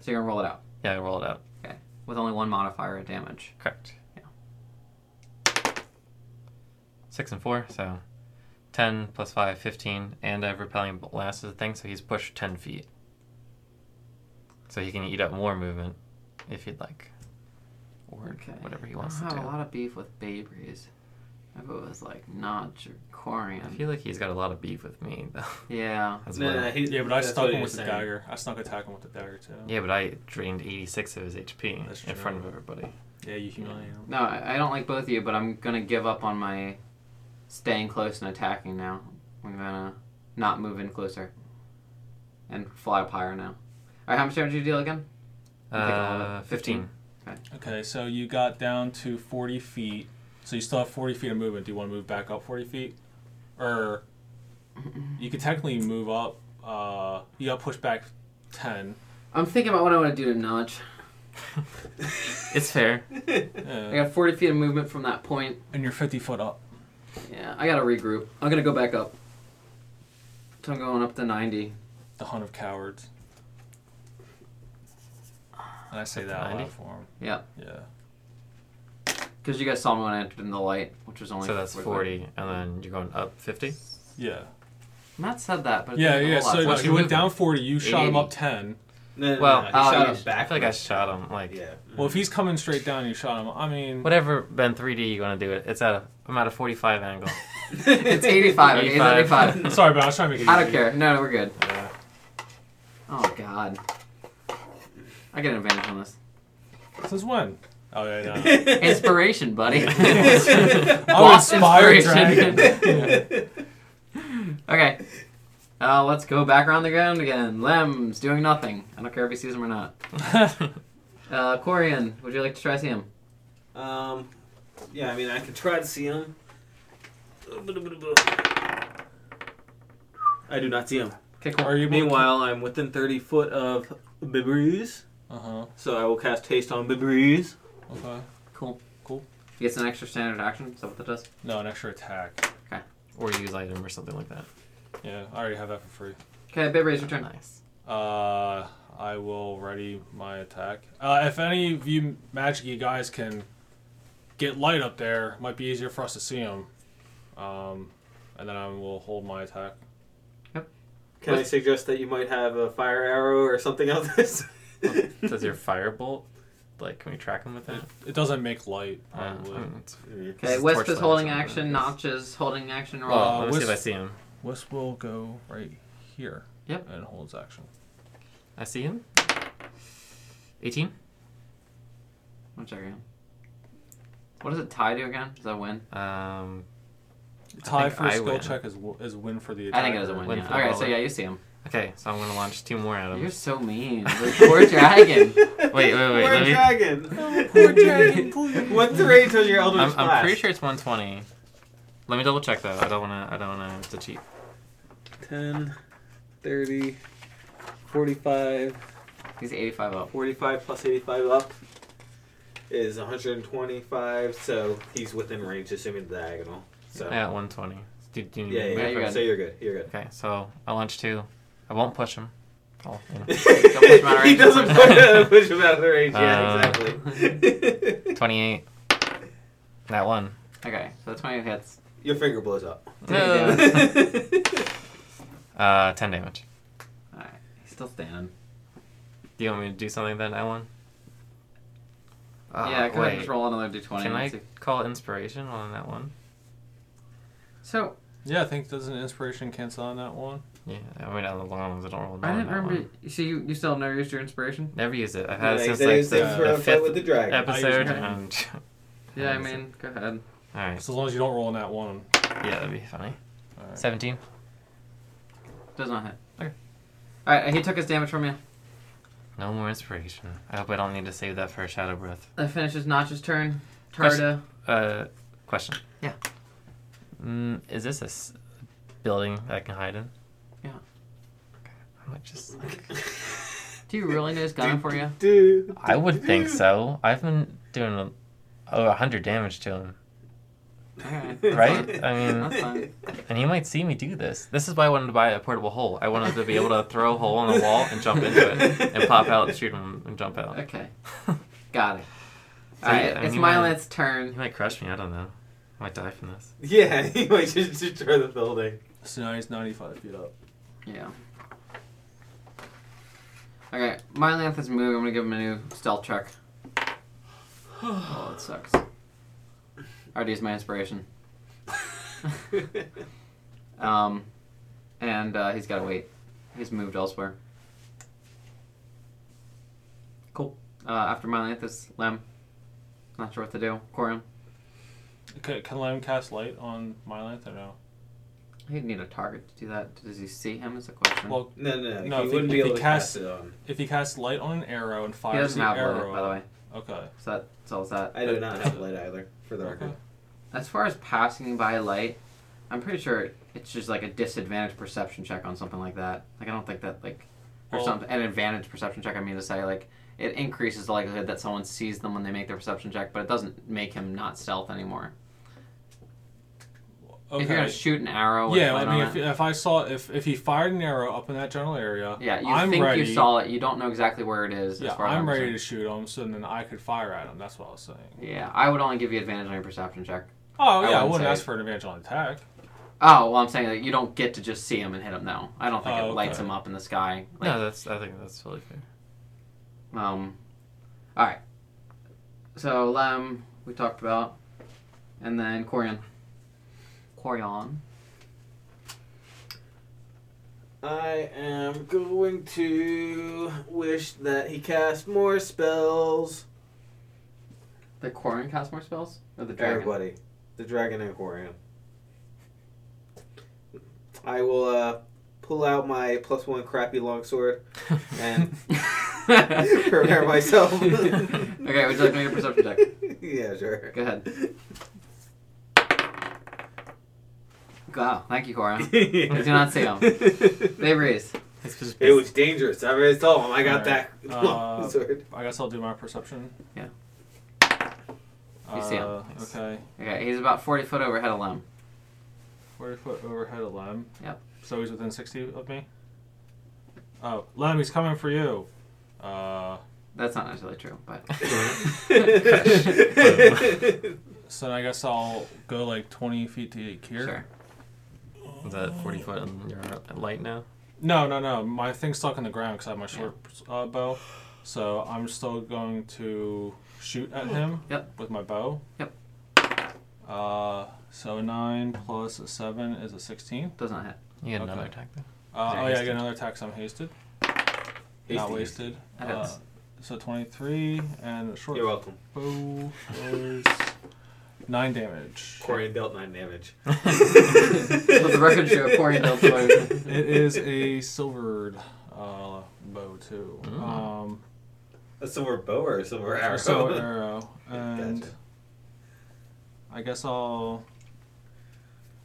So you're gonna roll it out Yeah, roll it out. with only one modifier of damage. Correct. Yeah. Six and four, so 10 plus 5, 15. And I have repelling blast as a thing, so he's pushed 10 feet. So he can eat up more movement if he'd like. Or Okay. whatever he wants I to have do. a lot of beef with Babri's. If it was like Notch or Corian. I feel like he's got a lot of beef with me, though. Yeah. As No, well. no, he- Yeah, but I that's snuck what he him with was the saying. dagger. I snuck attack him with the dagger too. Yeah, but I drained 86 of his HP That's in true. front of everybody. Yeah, you humiliate him. No, I I don't like both of you, but I'm gonna give up on my staying close and attacking now. I'm gonna not move in closer and fly up higher now. All right, how much damage did you deal again? I'm taking all of Uh, it. 15. Okay, so you got down to 40 feet. So you still have 40 feet of movement. Do you want to move back up 40 feet? Or you could technically move up. Uh, you got pushed back 10. I'm thinking about what I want to do to Notch. It's fair. I Yeah, got 40 feet of movement from that point. uh, and you're 50 foot up. Yeah, I gotta regroup. I'm gonna go back up. So I'm going up to 90. The Hunt of Cowards. And I say that out 90? loud for him. Yeah, Yeah. because you guys saw me when I entered in the light, which was only So that's 40. 40, and then you're going up 50? Yeah. Matt said that, but it Yeah, doesn't yeah. hold So up. no, What's he your went movement? down 40. You shot him 80. up 10. No, no, Well, no, he uh, shot yeah, him back. I feel like I shot him. Like, Yeah. Well, if he's coming straight down and you shot him, I mean. whatever Ben 3D you want to do it, it's at a, I'm at a 45 angle. it's 85. Okay, it's 85. 85. Sorry, but I was trying to make it I don't easy. care. No, no, we're good. Yeah. Oh God. I get an advantage on this. Since when? Oh, yeah, yeah. Inspiration, buddy. I'll Lost inspire inspiration. dragon. Yeah. okay. Uh, let's go back around the ground again. Lem's doing nothing. I don't care if he sees him or not. Uh, Corian, would you like to try see him? Um, yeah, I mean, I could try to see him. I do not see him. Okay, cool. Are you Meanwhile, I'm within 30 foot of Bibreeze, Uh huh. so I will cast Taste on Bibreeze. Okay. Cool. Cool. He gets an extra standard action. Is that what that does? No, an extra attack. or use item or something like that. Yeah, I already have that for free. Okay, Bibber's return. Nice. Uh, I will ready my attack. Uh, if any of you magic guys can get light up there, it might be easier for us to see him. Um, and then I will hold my attack. Can I suggest that you might have a fire arrow or something else? Does Oh, your firebolt, like, can we track him with that? It doesn't make light, Uh, I probably. mean, it's- Okay, is Wisp is torchlight or holding something, action. I guess. Notch is holding action. Roll. well, let me see if I Wisp- see him. Wisp will go right here. Yep. And holds action. I see him. 18? One second. What does it tie to again? Does that win? Um, Tie for I skill win. check is, w- is win for the attack. I think it doesn't win. Win yeah. for the Um, Okay, roll. so yeah, you see him. okay, so I'm going to launch two more at him. You're so mean. The poor dragon. Wait, wait, wait. We're let me, dragon. poor dragon, please. What's the range on your elder I'm, I'm pretty sure it's 120. Let me double check though. I don't wanna. I don't wanna to cheat. 10, 30, 45, He's 85 up. 45 plus 85 up is 125, so he's within range, assuming the diagonal. So Yeah, 120. Do, do you need me yeah, to yeah, move? you're yeah. good. So you're good. You're good. Okay, so I launch two. I won't push him. I'll, you know, push him out of he range. doesn't push, push him out of the range. Yeah, Uh, exactly. 28. That one. Okay, so that's 20 hits. Your finger blows up. No. Uh, 10 damage. Alright, he's still standing. Do you want me to do something then, Ellen? Uh, yeah, can I wait. just roll another d20? Can and I see- call inspiration on that one? So, Yeah, I think doesn't inspiration cancel on that one? Yeah, I mean, on the long ones, I don't roll. I on didn't that remember. one. So, you, you still never used your inspiration? Never used it. I've had Yeah, it since that like is the- the, for the a fifth fight with the dragon. episode. mine. And, Yeah, I Nice. mean, go ahead. all right. So as long as you don't roll on that one. Yeah, that'd be funny. All right. 17. Does not hit. Okay. Alright, he took his damage from you. No more inspiration. I hope I don't need to save that for a shadow breath. That finishes Notch's turn. Tarda. Question. Uh, question. Yeah. Mm, is this a s- building that I can hide in? Yeah. Okay, I might just. Do you really need his gun for you? Dude. I would think so. I've been doing a, over 100 damage to him, Alright. right? I mean, That's fine. and he might see me do this. This is why I wanted to buy a portable hole. I wanted to be able to throw a hole in a wall and jump into it and pop out and shoot him and jump out. Okay. Got it. So, Alright, yeah, I mean, it's he might- Mylan's He turn. might crush me. I don't know. I might die from this. Yeah, he might just destroy the building. So now he's 95 feet up. Yeah. Okay, Mylanth is moving. I'm gonna give him a new stealth check. Oh, it sucks. I already used my inspiration. um, and uh, he's gotta wait. He's moved elsewhere. Cool. Uh, after Mylanth is Lem. Not sure what to do. Corium. Can, can Lem cast light on Mylanth or no? He'd need a target to do that. Does he see him? Is the question. Well, No, no, No, He if he- wouldn't be if able he to cast casts- it on. if he casts light on an arrow and he fires doesn't the have light, arrow, by the way. okay. So that solves that. I do not have light either, for the Okay. record. As far as passing by light, I'm pretty sure it's just like a disadvantage perception check on something like that. Like I don't think that like or Well- something an advantage perception check. I mean to say like it increases the likelihood that someone sees them when they make their perception check, but it doesn't make him not stealth anymore. If you're gonna Okay. shoot an arrow, with Yeah, light I on mean, if, it- if I saw if if he fired an arrow up in that general area, yeah, you I'm think ready. you saw it, you don't know exactly where it is. yeah, as far as I'm ready to concerned. shoot him, so then I could fire at him. That's what I was saying. Yeah, I would only give you advantage on your perception check. Oh I yeah, I wouldn't wouldn't say- ask for an advantage on attack. Oh, well, I'm saying that you don't get to just see him and hit him though. I don't think Oh, it lights okay. him up in the sky. Like, no, that's. I think that's totally fair. Um, all right. So Lem, we talked about, and then Corian. Corian. I am going to wish that he cast more spells. The Corian cast more spells. Or the dragon. Everybody, the dragon aquarium. I will uh, pull out my plus one crappy longsword and prepare myself. okay, would you like to make a perception check? yeah, sure. Go ahead. Wow, thank you, Corian. I do not see him. They raise. It's just It was dangerous. I already told him I got Alright. that Uh, longsword. I guess I'll do my perception. Yeah. You see him. Uh, Okay, Okay, he's about forty foot overhead of Lem. forty foot overhead of Lem. Yep. So he's within sixty of me. Oh, Lem, he's coming for you. Uh, That's not necessarily true, but so I guess I'll go like twenty feet to here. sure. Is that 40 foot on your light now? No, no, no. My thing's stuck in the ground because I have my short uh, bow. So I'm still going to shoot at him Yep. with my bow. Yep. Uh, so 9 plus a 7 is a 16. Does not hit. You get Okay. another attack though. Uh, Is it oh, yeah, I hasted? get another attack, so I'm hasted. Not Hasty. wasted. That Uh, hits. so 23 and a short You're welcome. bow is 9 damage. Corey dealt nine damage. Let the record show Corian dealt twice. It is a silvered uh, bow, too. Mm. Um, A silver bow or a silver arrow? So arrow, and Gotcha. I guess I'll.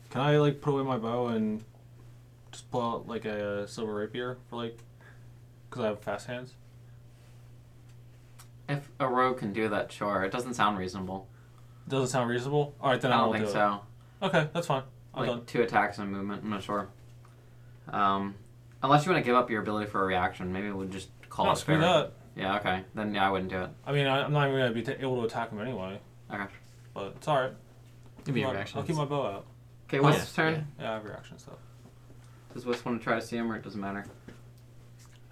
Can I like put away my bow and just pull out like a silver rapier for like, because I have fast hands. If a rogue can do that, sure. It doesn't sound reasonable. Doesn't sound reasonable. All right, then I I don't will think do so. it. Okay, that's fine. I'm like done. two attacks and movement. I'm not sure. Um, unless you want to give up your ability for a reaction, maybe we'll just call No, it screw fair. that. Yeah, okay. Then yeah, I wouldn't do it. I mean, I, I'm not even gonna be t- able to attack him anyway. Okay. But it's all right. Give me I'll- your reaction. I'll keep my bow out. Okay, Oh, Wisp's yeah, turn. yeah. Yeah, I have reaction stuff. Does Wisp want to try to see him, or it doesn't matter?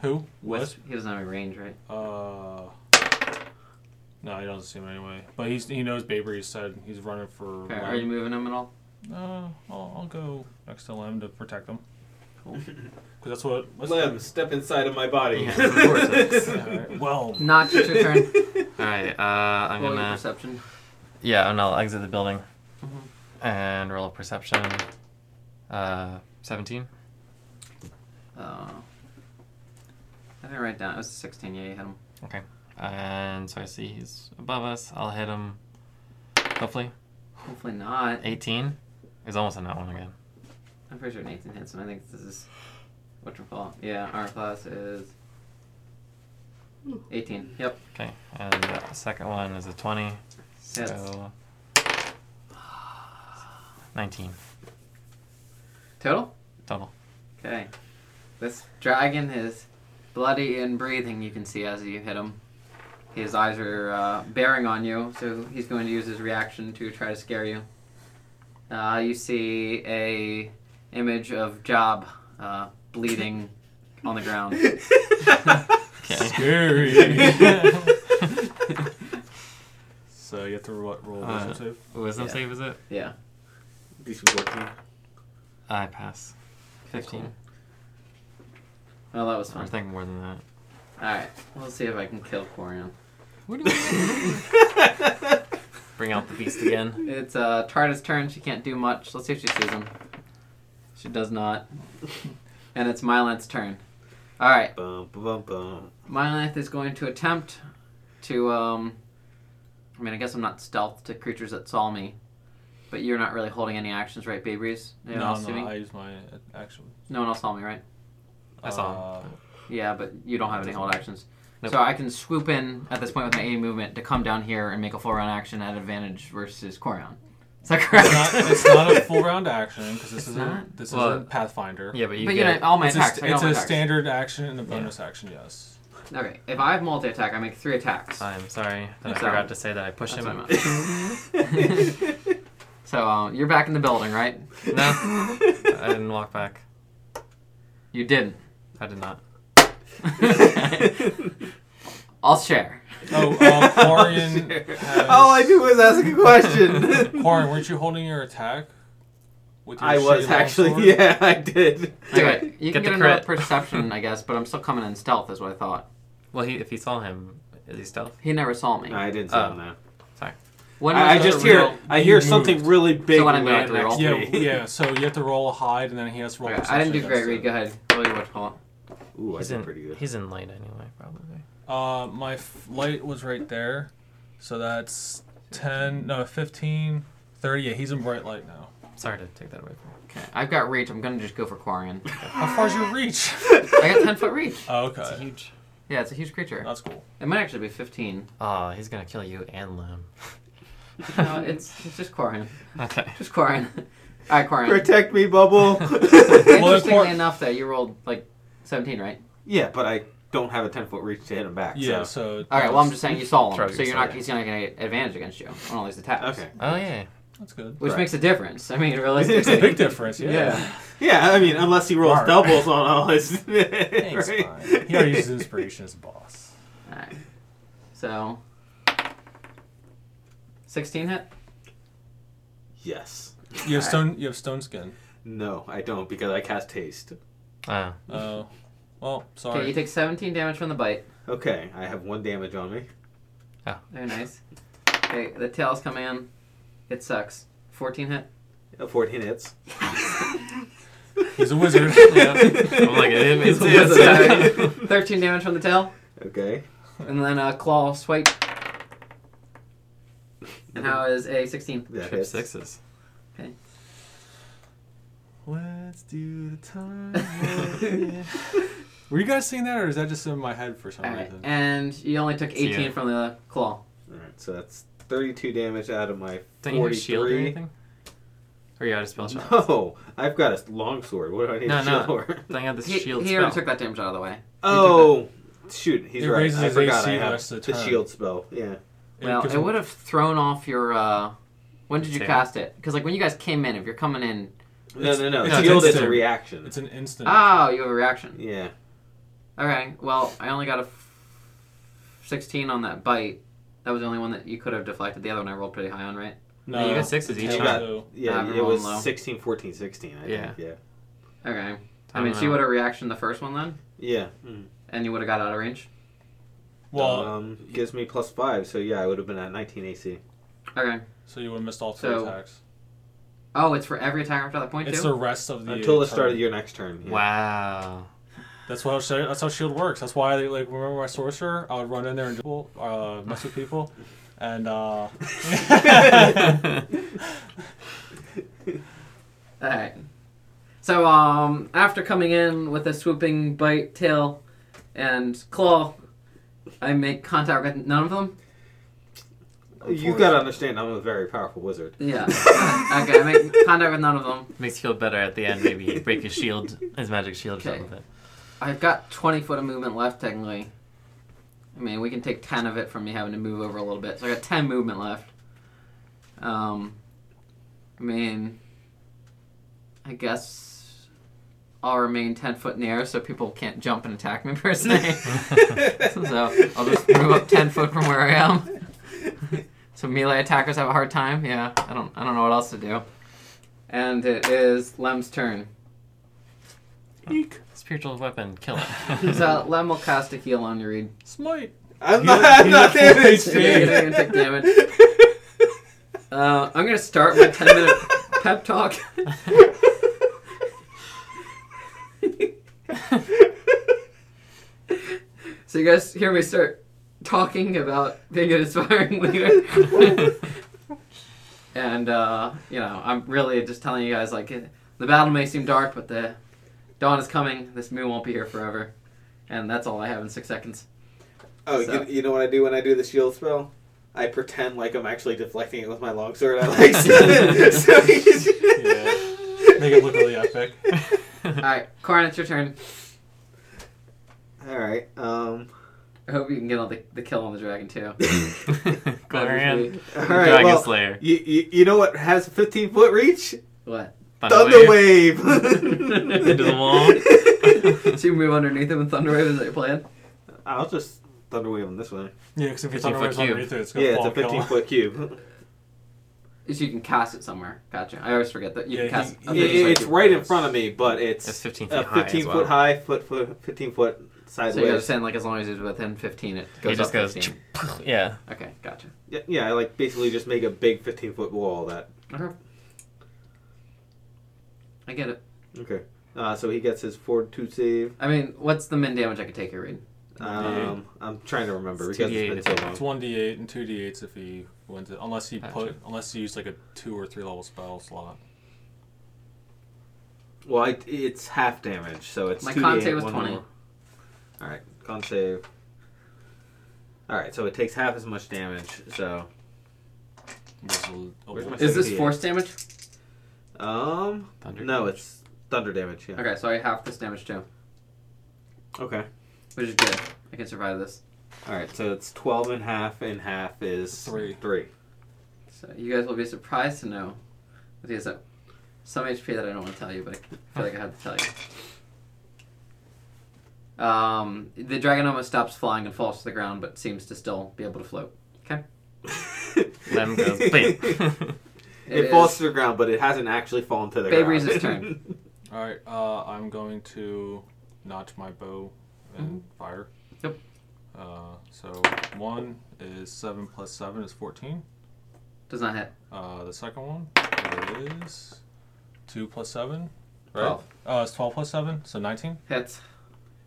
Who? Wisp? He doesn't have any range, right? Uh. No, he doesn't seem anyway. But he's he knows Bay Breeze said he's running for. Okay. Lem. Are you moving him at all? Uh, I'll, I'll go next to Lem to protect them. Cool. Because that's what. what's- Lem, step inside of my body. Yeah, of course. Alright, Well, Not your turn. All right. Uh, I'm Roll your gonna. perception. Yeah, and I'll exit the building Mhm. Mm-hmm. and roll a perception. Uh, 17. Uh, I didn't write down. It was 16. Yeah, you hit him. And so I see he's above us. I'll hit him. Hopefully, Hopefully not. 18. He's almost on that one again. I'm pretty sure an 18 hits, and I think this is what you call. Yeah, armor class is 18. Yep. Okay, and the second one is a 20. Hits. So 19 Total? total. Okay. This dragon is bloody and breathing, you can see as you hit him. His eyes are uh, bearing on you, so he's going to use his reaction to try to scare you. Uh, you see a image of Job uh, bleeding on the ground. Okay. Scary. so you have to roll, roll a Uh, Wisdom wisdom save. Yeah. save is it? Yeah. DC 14. I pass. 15. Well, that was I fun. think more than that. Alright, let's see if I can kill Corian. What do you Bring out the beast again. It's uh, Tarda's turn. She can't do much. Let's see if she sees him. She does not. and it's Mylanth's turn. Alright, Bum, bum, bum, bum. Mylanth is going to attempt to. Um, I mean, I guess I'm not stealth to creatures that saw me, but you're not really holding any actions, right, Babies? Anyone No, else see no, me? I use my uh, action. No one else saw me, right? I saw Uh, Yeah, but you don't have any hold actions. Nope. So I can swoop in at this point with my A movement to come down here and make a full round action at advantage versus Corion. Is that correct? it's, not, it's not a full round action because this It's isn't not? this Well, isn't Pathfinder. Yeah, but you Oh. but you get. know, all my it's a, attacks. st- I got it's all my a attacks. standard action and a bonus action. Yes. Okay, if I have multi attack, I make three attacks. I'm sorry that I Sorry. forgot to say that I pushed oh. That's him. what I meant. so um, you're back in the building, right? No, I didn't walk back. You didn't. I did not. Uh, I'll share. Oh, uh, Quarian. has- All Oh, I do is ask a question. Quarian, weren't you holding your attack? With your I was shitty longsword? actually. Yeah, I did. Do Okay, it. You get can get the another crit. perception, I guess, but I'm still coming in stealth, is what I thought. Well, he, if he saw him, is he stealth? He never saw me. No, I didn't Oh. tell him that. When I, I was the just real- hear. I hear you something moved. really big. So what I'm gonna land have to roll? next Yeah, to me. yeah. So you have to roll a hide, and then he has to roll. Okay, I didn't do perception great read. against Go ahead. What do you want to call Ooh, I He's did in, pretty good. he's in light anyway, probably. it. Uh, my f- light was right there, so that's ten, no, 15, 30. Yeah, he's in bright light now. Sorry to take that away from it? you. Okay, I've got reach. I'm gonna just go for Quarian. How far's your reach? I got 10 foot reach. Oh, It's a okay, huge. Yeah, it's a huge creature. that's cool. It might actually be 15. Oh, he's gonna kill you and Lim. No, it's, it's just Quarian. Okay. Just Quarian. All right, Quarian. Protect me, bubble. Interestingly Well, Quar- enough, though, you rolled like 17, right? yeah, but I don't have a ten foot reach to hit him back. Yeah, So. so All right. Well, I'm just saying you saw Throw him, so you're yourself. not. He's not going to get advantage against you on all these attacks. Okay. Oh yeah. that's good. Which Correct. makes a difference. I mean, It's a realistically. big difference. Yeah. Yeah. Yeah, I mean, unless he rolls Mark. doubles on all his. Thanks, Brian. He already uses inspiration as a boss. all right. So. 16 hit. Yes. You have stone. You have stone skin. No, I don't because I cast haste. Oh. Oh, well, sorry. Okay, you take 17 damage from the bite. Okay, I have one damage on me. Very nice. Okay, the tails come in. It sucks. 14 hit. Uh, Fourteen hits. He's a wizard. Yeah. I'm like, it is It's- a it's- wizard. 13 damage from the tail, Okay. and then a claw swipe. And how is a 16? That Trip hits. sixes. Let's do the time. Were you guys seeing that, or is that just in my head for some All right, reason? and you only took See ya. 18 from the claw. All right, so that's thirty-two damage out of my Don't you have a shield or forty-three. Mm-hmm. anything? Or you got a spell shot? No, I've got a long sword. What do I need No, a no. shield for? Don't you have the He, shield he spell? already took that damage out of the way. Oh, shoot, he's It right. raises I his forgot AC I have last the, of turn. shield spell. Yeah. Well, gives it him- would have thrown off your. uh When did you Save. cast it? Because like when you guys came in, if you're coming in, No, no, no. it's an shield is a instant. reaction. It's an instant. oh, you have a reaction. yeah. Okay, well I only got a f- 16 on that bite. That was the only one that you could have deflected. The other one I rolled pretty high on, right? no, you got sixes it's each down time. to- Nah, Yeah, I'm it was rolling low. 16, 14, 16, I Yeah. think. Yeah. Okay. I don't mean, so you know. would have reaction the first one then, Yeah. Mm. and you would have got out of range. Well, um, gives me plus five, so yeah, I would have been at 19 AC. Okay. so you would have missed all three So, attacks. Oh, it's for every attack after that point It's too. the rest of the Until the start turn. of your next turn. yeah. Wow. That's what I was saying. That's how Shield works. That's why, like, remember my sorcerer? I would run in there and duel, uh, mess with people, and uh, All right. So um, after coming in with a swooping bite, tail, and claw, I make contact with none of them. You gotta understand, I'm a very powerful wizard. Yeah. okay, I make contact with none of them. Makes you feel better at the end. Maybe break his shield, his magic shield, okay. a Okay. little bit. I've got 20 foot of movement left, technically. I mean, we can take 10 of it from me having to move over a little bit. So I got 10 movement left. Um, I mean, I guess I'll remain ten foot in the air so people can't jump and attack me per se. so I'll just move up ten foot from where I am. so melee attackers have a hard time. Yeah, I don't. I don't know what else to do. And it is Lem's turn. Spiritual weapon, kill it. So uh, Lem will cast a heal on you, Reed. Smite. I'm You- not, I'm you not don't damaged. play You're not gonna take damage. Uh, I'm gonna start my ten minute pep talk. so you guys hear me start talking about being an inspiring leader. and uh, you know, I'm really just telling you guys like it- the battle may seem dark, but the dawn is coming. This moon won't be here forever, and that's all I have in six seconds. Oh, So- you, you know what I do when I do the shield spell? I pretend like I'm actually deflecting it with my longsword. I like so he's- Make it look really epic. All uh, right, Corin, it's your turn. All right. Um. I hope you can get all the, the kill on the dragon too. Glorian, All right. Dragon well, Slayer. you, you, you know what has a 15 foot reach? What? Thunder wave. Into the wall. so you move underneath him and Thunderwave is that your plan? I'll just thunder wave him this way. Yeah, because if it's 15 foot cube. underneath it, it's gonna Yeah, it's fall a 15 kill. foot cube. Is you can cast it somewhere. Gotcha. I always forget that you Yeah, can cast. he- a Yeah, he- thing it's like- right in front of me, but it's, It's 15 a feet high as 15 well. foot high, foot, foot 15 foot So you're sideways. saying like as long as he's within 15, it He goes just up goes. 15. Yeah. Okay, gotcha. yeah, yeah, I like basically just make a big 15 foot wall that. Okay. I get it. Okay. Uh, so he gets his fortitude save. I mean, what's the min damage I could take here, Reed? Um, I'm trying to remember It's because it's 2d8 been if so you long. It's one d eight and two d eights if he wins it, unless he Gotcha. put unless he used like a two or three level spell slot. Well, I, it's half damage, so it's My 2d8, con save was one 20. more. All right, con save. All right, so it takes half as much damage. So, There's a- a- Where's my Is this 78. force damage? um, Thunder no, damage. it's thunder damage. Yeah. Okay, so I half this damage too, Okay. which is good. I can survive this. All right, so it's twelve and half, and half is Three. Three. So you guys will be surprised to know that he has a, some HP that I don't want to tell you, but I feel like I have to tell you. Um, the dragon almost stops flying and falls to the ground, but seems to still be able to float. Lem goes. Bam. It, is- falls to the ground, but it hasn't actually fallen to the Babe ground. Reese's turn. All right, uh, I'm going to notch my bow and fire. Yep. Uh, so one is seven plus seven is fourteen. Does not hit. Uh, the second one is two plus seven, right? Twelve. Uh, it's twelve plus seven, so nineteen. Hits.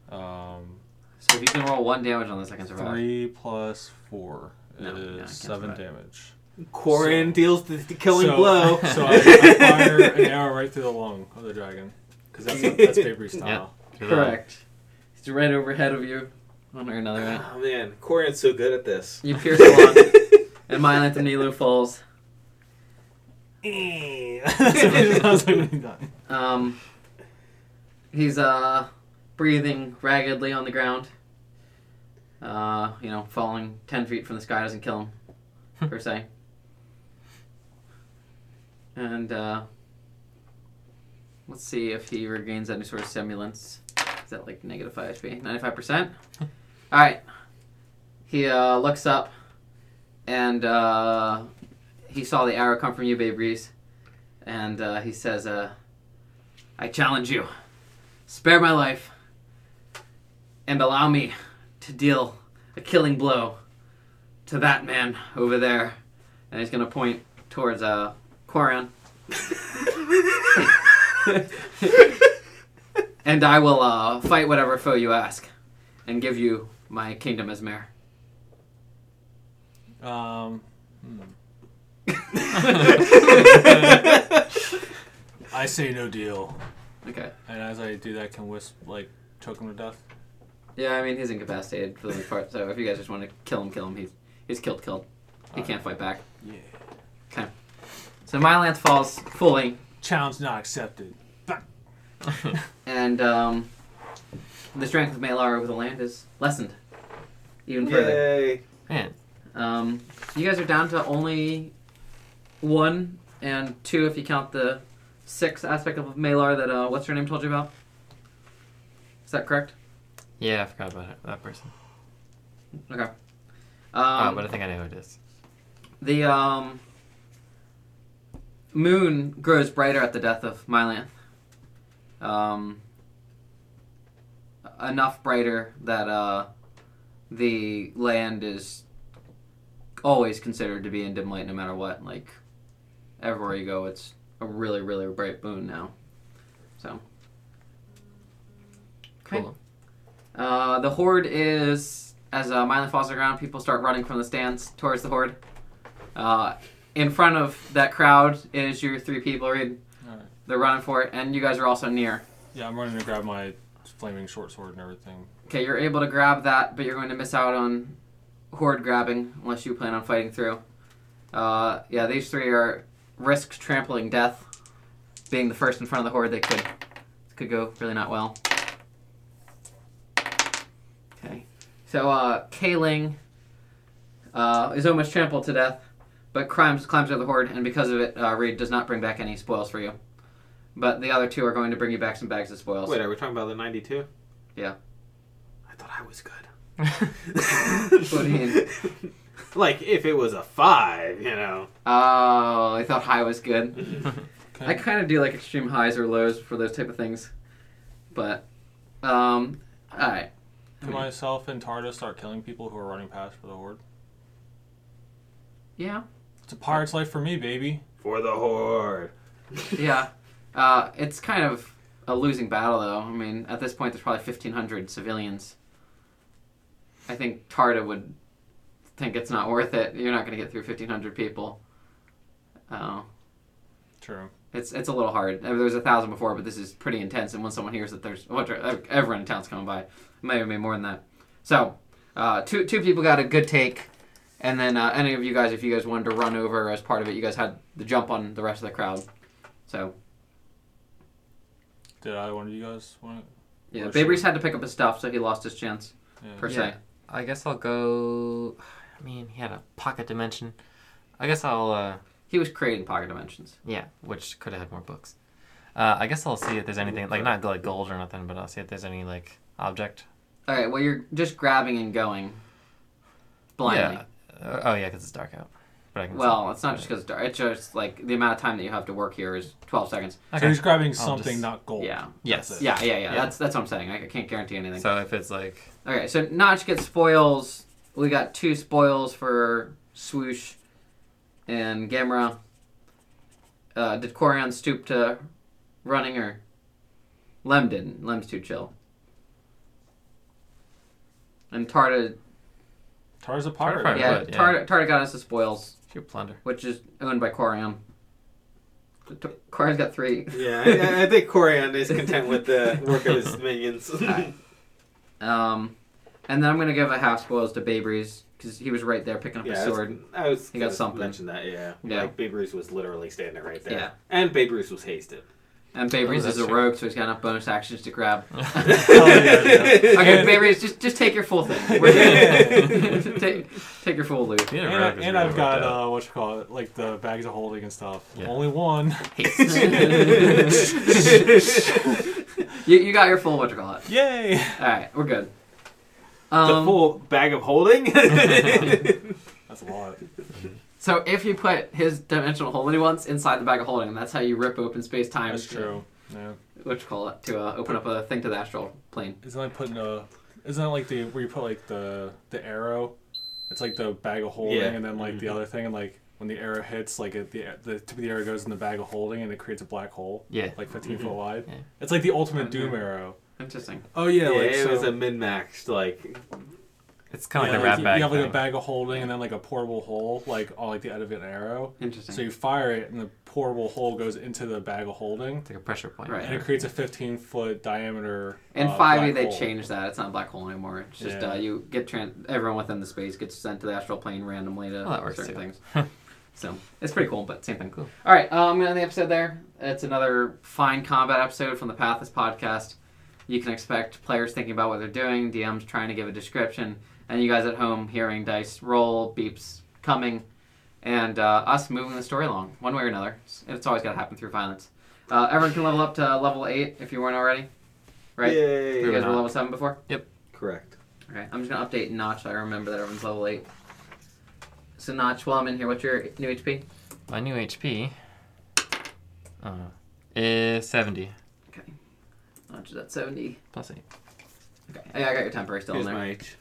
Um, So if you can roll one damage on this, I can survive. three plus four is No, no, I can't seven survive. damage. Corin So- deals the, the killing so, blow. So I, I fire an arrow right through the lung of the dragon because that's that's Babe Ruth style. Correct. He's right overhead of you. One way or another. right? oh man, Corin's so good at this. You pierce the lung, and Mylantha Nilu falls. I was like, what are you doing? Um, he's uh, breathing raggedly on the ground. Uh, you know, falling ten feet from the sky doesn't kill him, per se. And uh, let's see if he regains any sort of semblance. Is that like negative five HP? Ninety-five percent. All right. He uh, looks up, and uh, he saw the arrow come from you, Babe Reese, and uh, he says, uh, I challenge you. Spare my life and allow me to deal a killing blow to that man over there. And he's going to point towards uh, Koran. and I will uh, fight whatever foe you ask and give you my kingdom as mayor. Um, hmm. I say no deal, Okay. and as I do that, can Wisp like choke him to death? Yeah, I mean, he's incapacitated for the most part, so if you guys just want to kill him, kill him. He's, he's killed, killed. He can't fight back. Yeah. So my lance falls fully. Challenge not accepted. and um, the strength of Malar over the land is lessened even further. Yay! Man, Um, you guys are down to only one and two if you count the six aspect of Malar that uh, what's her name told you about. Is that correct? Yeah, I forgot about it- that person. Okay. Um, oh, but I think I know who it is. the um, moon grows brighter at the death of Mylanth. Um, enough brighter that uh, the land is always considered to be in dim light no matter what. Like, everywhere you go, it's a really, really bright moon now. So. Okay. Cool. Uh, the horde is as uh, Mylan falls to the ground. People start running from the stands towards the horde. Uh, in front of that crowd is your three people. Reed. Alright. They're running for it, and you guys are also near. Yeah, I'm running to grab my flaming short sword and everything. Okay, you're able to grab that, but you're going to miss out on horde grabbing unless you plan on fighting through. Uh, yeah, these three are risk trampling death. Being the first in front of the horde, they could could go really not well. Okay, so uh, Kaling uh, is almost trampled to death, but climbs climbs over the horde, and because of it, uh, Reed does not bring back any spoils for you. But the other two are going to bring you back some bags of spoils. Wait, are we talking about the 92? Yeah. I thought I was good. do you like, if it was a 5, you know. Oh, I thought high was good. Okay. I kind of do like extreme highs or lows for those type of things, but um, all right. Mm-hmm. Can myself and Tarda start killing people who are running past for the horde? Yeah, It's a pirate's life for me, baby. For the Horde. yeah. Uh, it's kind of a losing battle though. I mean, at this point, there's probably 1,500 civilians. I think Tarda would think it's not worth it. You're not going to get through 1,500 people. Uh, True. it's it's a little hard. I mean, there was a thousand before, but this is pretty intense. And when someone hears that there's a bunch of- everyone in town's coming by, it may or may more than that. So uh, two two people got a good take, and then uh, any of you guys, if you guys wanted to run over as part of it, you guys had the jump on the rest of the crowd. So Did either one of you guys want yeah, Well, Babri's sure. had to pick up his stuff, so he lost his chance to? Yeah. per se. Yeah. I guess I'll go. I mean, he had a pocket dimension. I guess I'll. uh He was creating pocket dimensions. Yeah, which could have had more books. Uh, I guess I'll see if there's anything like not like gold or nothing, but I'll see if there's any like object. All right, well you're just grabbing and going blindly. Yeah. Uh, oh yeah, because it's dark out. But I can. Well, it's not just because it's just like the amount of time that you have to work here is 12 seconds. see. So Okay. he's grabbing something, just- not gold. Yeah. Yes. That's it. Yeah, yeah, yeah. Yeah. That's that's what I'm saying. I, I can't guarantee anything. So if it's like Okay, so Notch gets spoils. We got two spoils for Swoosh and Gamera. Uh, did Corian stoop to running or Lem didn't. Lem's too chill. And Tarda, Tar's a pirate. pirate. yeah, would, yeah. Tarda, Tarda got us the spoils, shoot plunder. which is owned by Corian. Corian's got three. Yeah, I, I think Corian is content with the work of his minions. Alright. Um, and then I'm gonna give a half spoils to Babries because he was right there picking up his Yeah, sword. I was He got gonna something. Mention that, yeah. Yeah. Like Babe Ruth was literally standing right there. Yeah. And Babe Ruth was hasted. And Babri's Oh, is that's a true. rogue, so he's got enough bonus actions to grab. Hell yeah, yeah. Okay, And- Babri's, just just take your full thing. We're good. take, take your full loot. Being a And, I, rogue is and really I've got worked out. uh, what you call it, like the bags of holding and stuff. Yeah. Only one. You, you got your full what you call it. Yay! All right, we're good. the Um, full bag of holding? That's a lot. so if you put his dimensional holding once inside the bag of holding, that's how you rip open space time. That's true. Yeah. What you call it to uh, open up a thing to the astral plane. Isn't that putting a? Isn't that like the where you put like the the arrow? It's like the bag of holding, Yeah. and then like the other thing, and like when the arrow hits, like it, the the tip of the arrow goes in the bag of holding, and it creates a black hole. Yeah. Like 15 foot wide. Yeah. It's like the ultimate Doom arrow. Interesting. Oh yeah, yeah, like it so, was a min max. Like, It's kind of yeah, like a rat you, bag. You have like a thing. bag of holding, and then like a portable hole, like on like the end of an arrow. Interesting. So you fire it, and the portable hole goes into the bag of holding, It's like a pressure point. Right. and it creates a 15 foot diameter. In uh, 5e, black they hole. changed that. It's not black hole anymore. It's just Yeah. uh, you get tran everyone within the space gets sent to the astral plane randomly to Well, Oh, that works certain too. things. so it's pretty cool, but same thing. Cool. All right, uh, I'm gonna end the episode there. It's another fine combat episode from the Pathless podcast. You can expect players thinking about what they're doing, DMs trying to give a description, and you guys at home hearing dice roll, beeps coming, and uh, us moving the story along one way or another. It's always got to happen through violence. Uh, everyone can level up to level eight if you weren't already, right? Yay. You guys were not. level seven before. Correct. Okay, I'm just gonna update Notch. so I remember that everyone's level eight. So Notch, while I'm in here, what's your new HP? My new HP uh, is 70 Okay, Notch is at seventy. plus 8. Okay, yeah, I got your temporary still Here's in there. my H.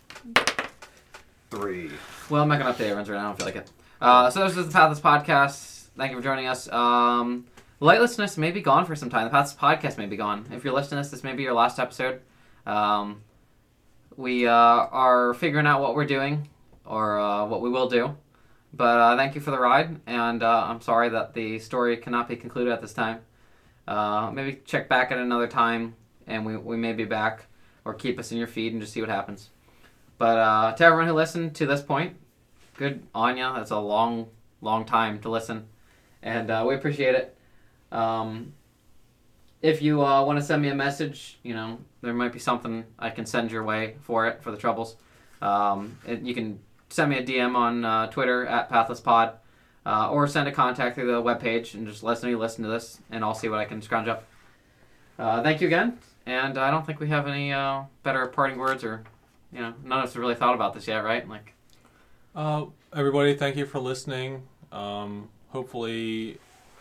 Three. Well, I'm not gonna update everyone's right now. I don't feel like it. Uh, so this is the Pathless Podcast. Thank you for joining us. Um, lightlessness may be gone for some time. The Pathless Podcast may be gone. If you're listening to this, this may be your last episode. Um, we uh, are figuring out what we're doing or uh, what we will do. But uh, thank you for the ride, and uh, I'm sorry that the story cannot be concluded at this time. Uh, maybe check back at another time, and we, we may be back, or keep us in your feed and just see what happens. But uh, to everyone who listened to this point, good on ya. That's a long, long time to listen, and uh, we appreciate it. Um, if you uh, want to send me a message, you know there might be something I can send your way for it for the troubles. Um, it, you can send me a DM on uh, Twitter at PathlessPod, uh, or send a contact through the webpage and just let us know you listen to this, and I'll see what I can scrounge up. Uh, thank you again, and I don't think we have any uh, better parting words or you know, none of us have really thought about this yet, right? Like, Uh, everybody, thank you for listening. Um, hopefully,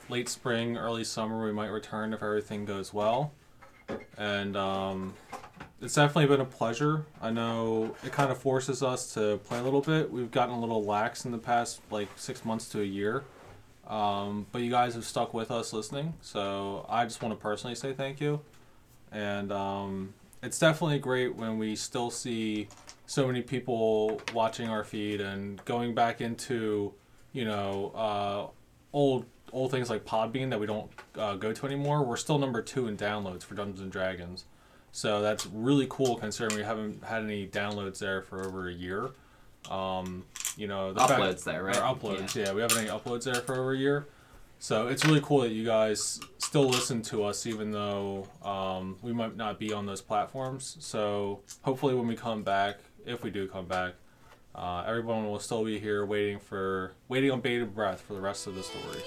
late spring, early summer, we might return if everything goes well. And um, it's definitely been a pleasure. I know it kind of forces us to play a little bit. We've gotten a little lax in the past, like six months to a year. Um, but you guys have stuck with us listening, so I just want to personally say thank you. And um, it's definitely great when we still see so many people watching our feed and going back into you know uh, old old things like Podbean that we don't uh, go to anymore. We're still number two in downloads for Dungeons and Dragons, so that's really cool considering we haven't had any downloads there for over a year. Um, you know the fact- Uploads there, right? Or uploads, yeah. We haven't had any uploads there for over a year. So it's really cool that you guys still listen to us, even though um, we might not be on those platforms. So hopefully, when we come back, if we do come back, uh, everyone will still be here waiting for waiting on bated breath for the rest of the story.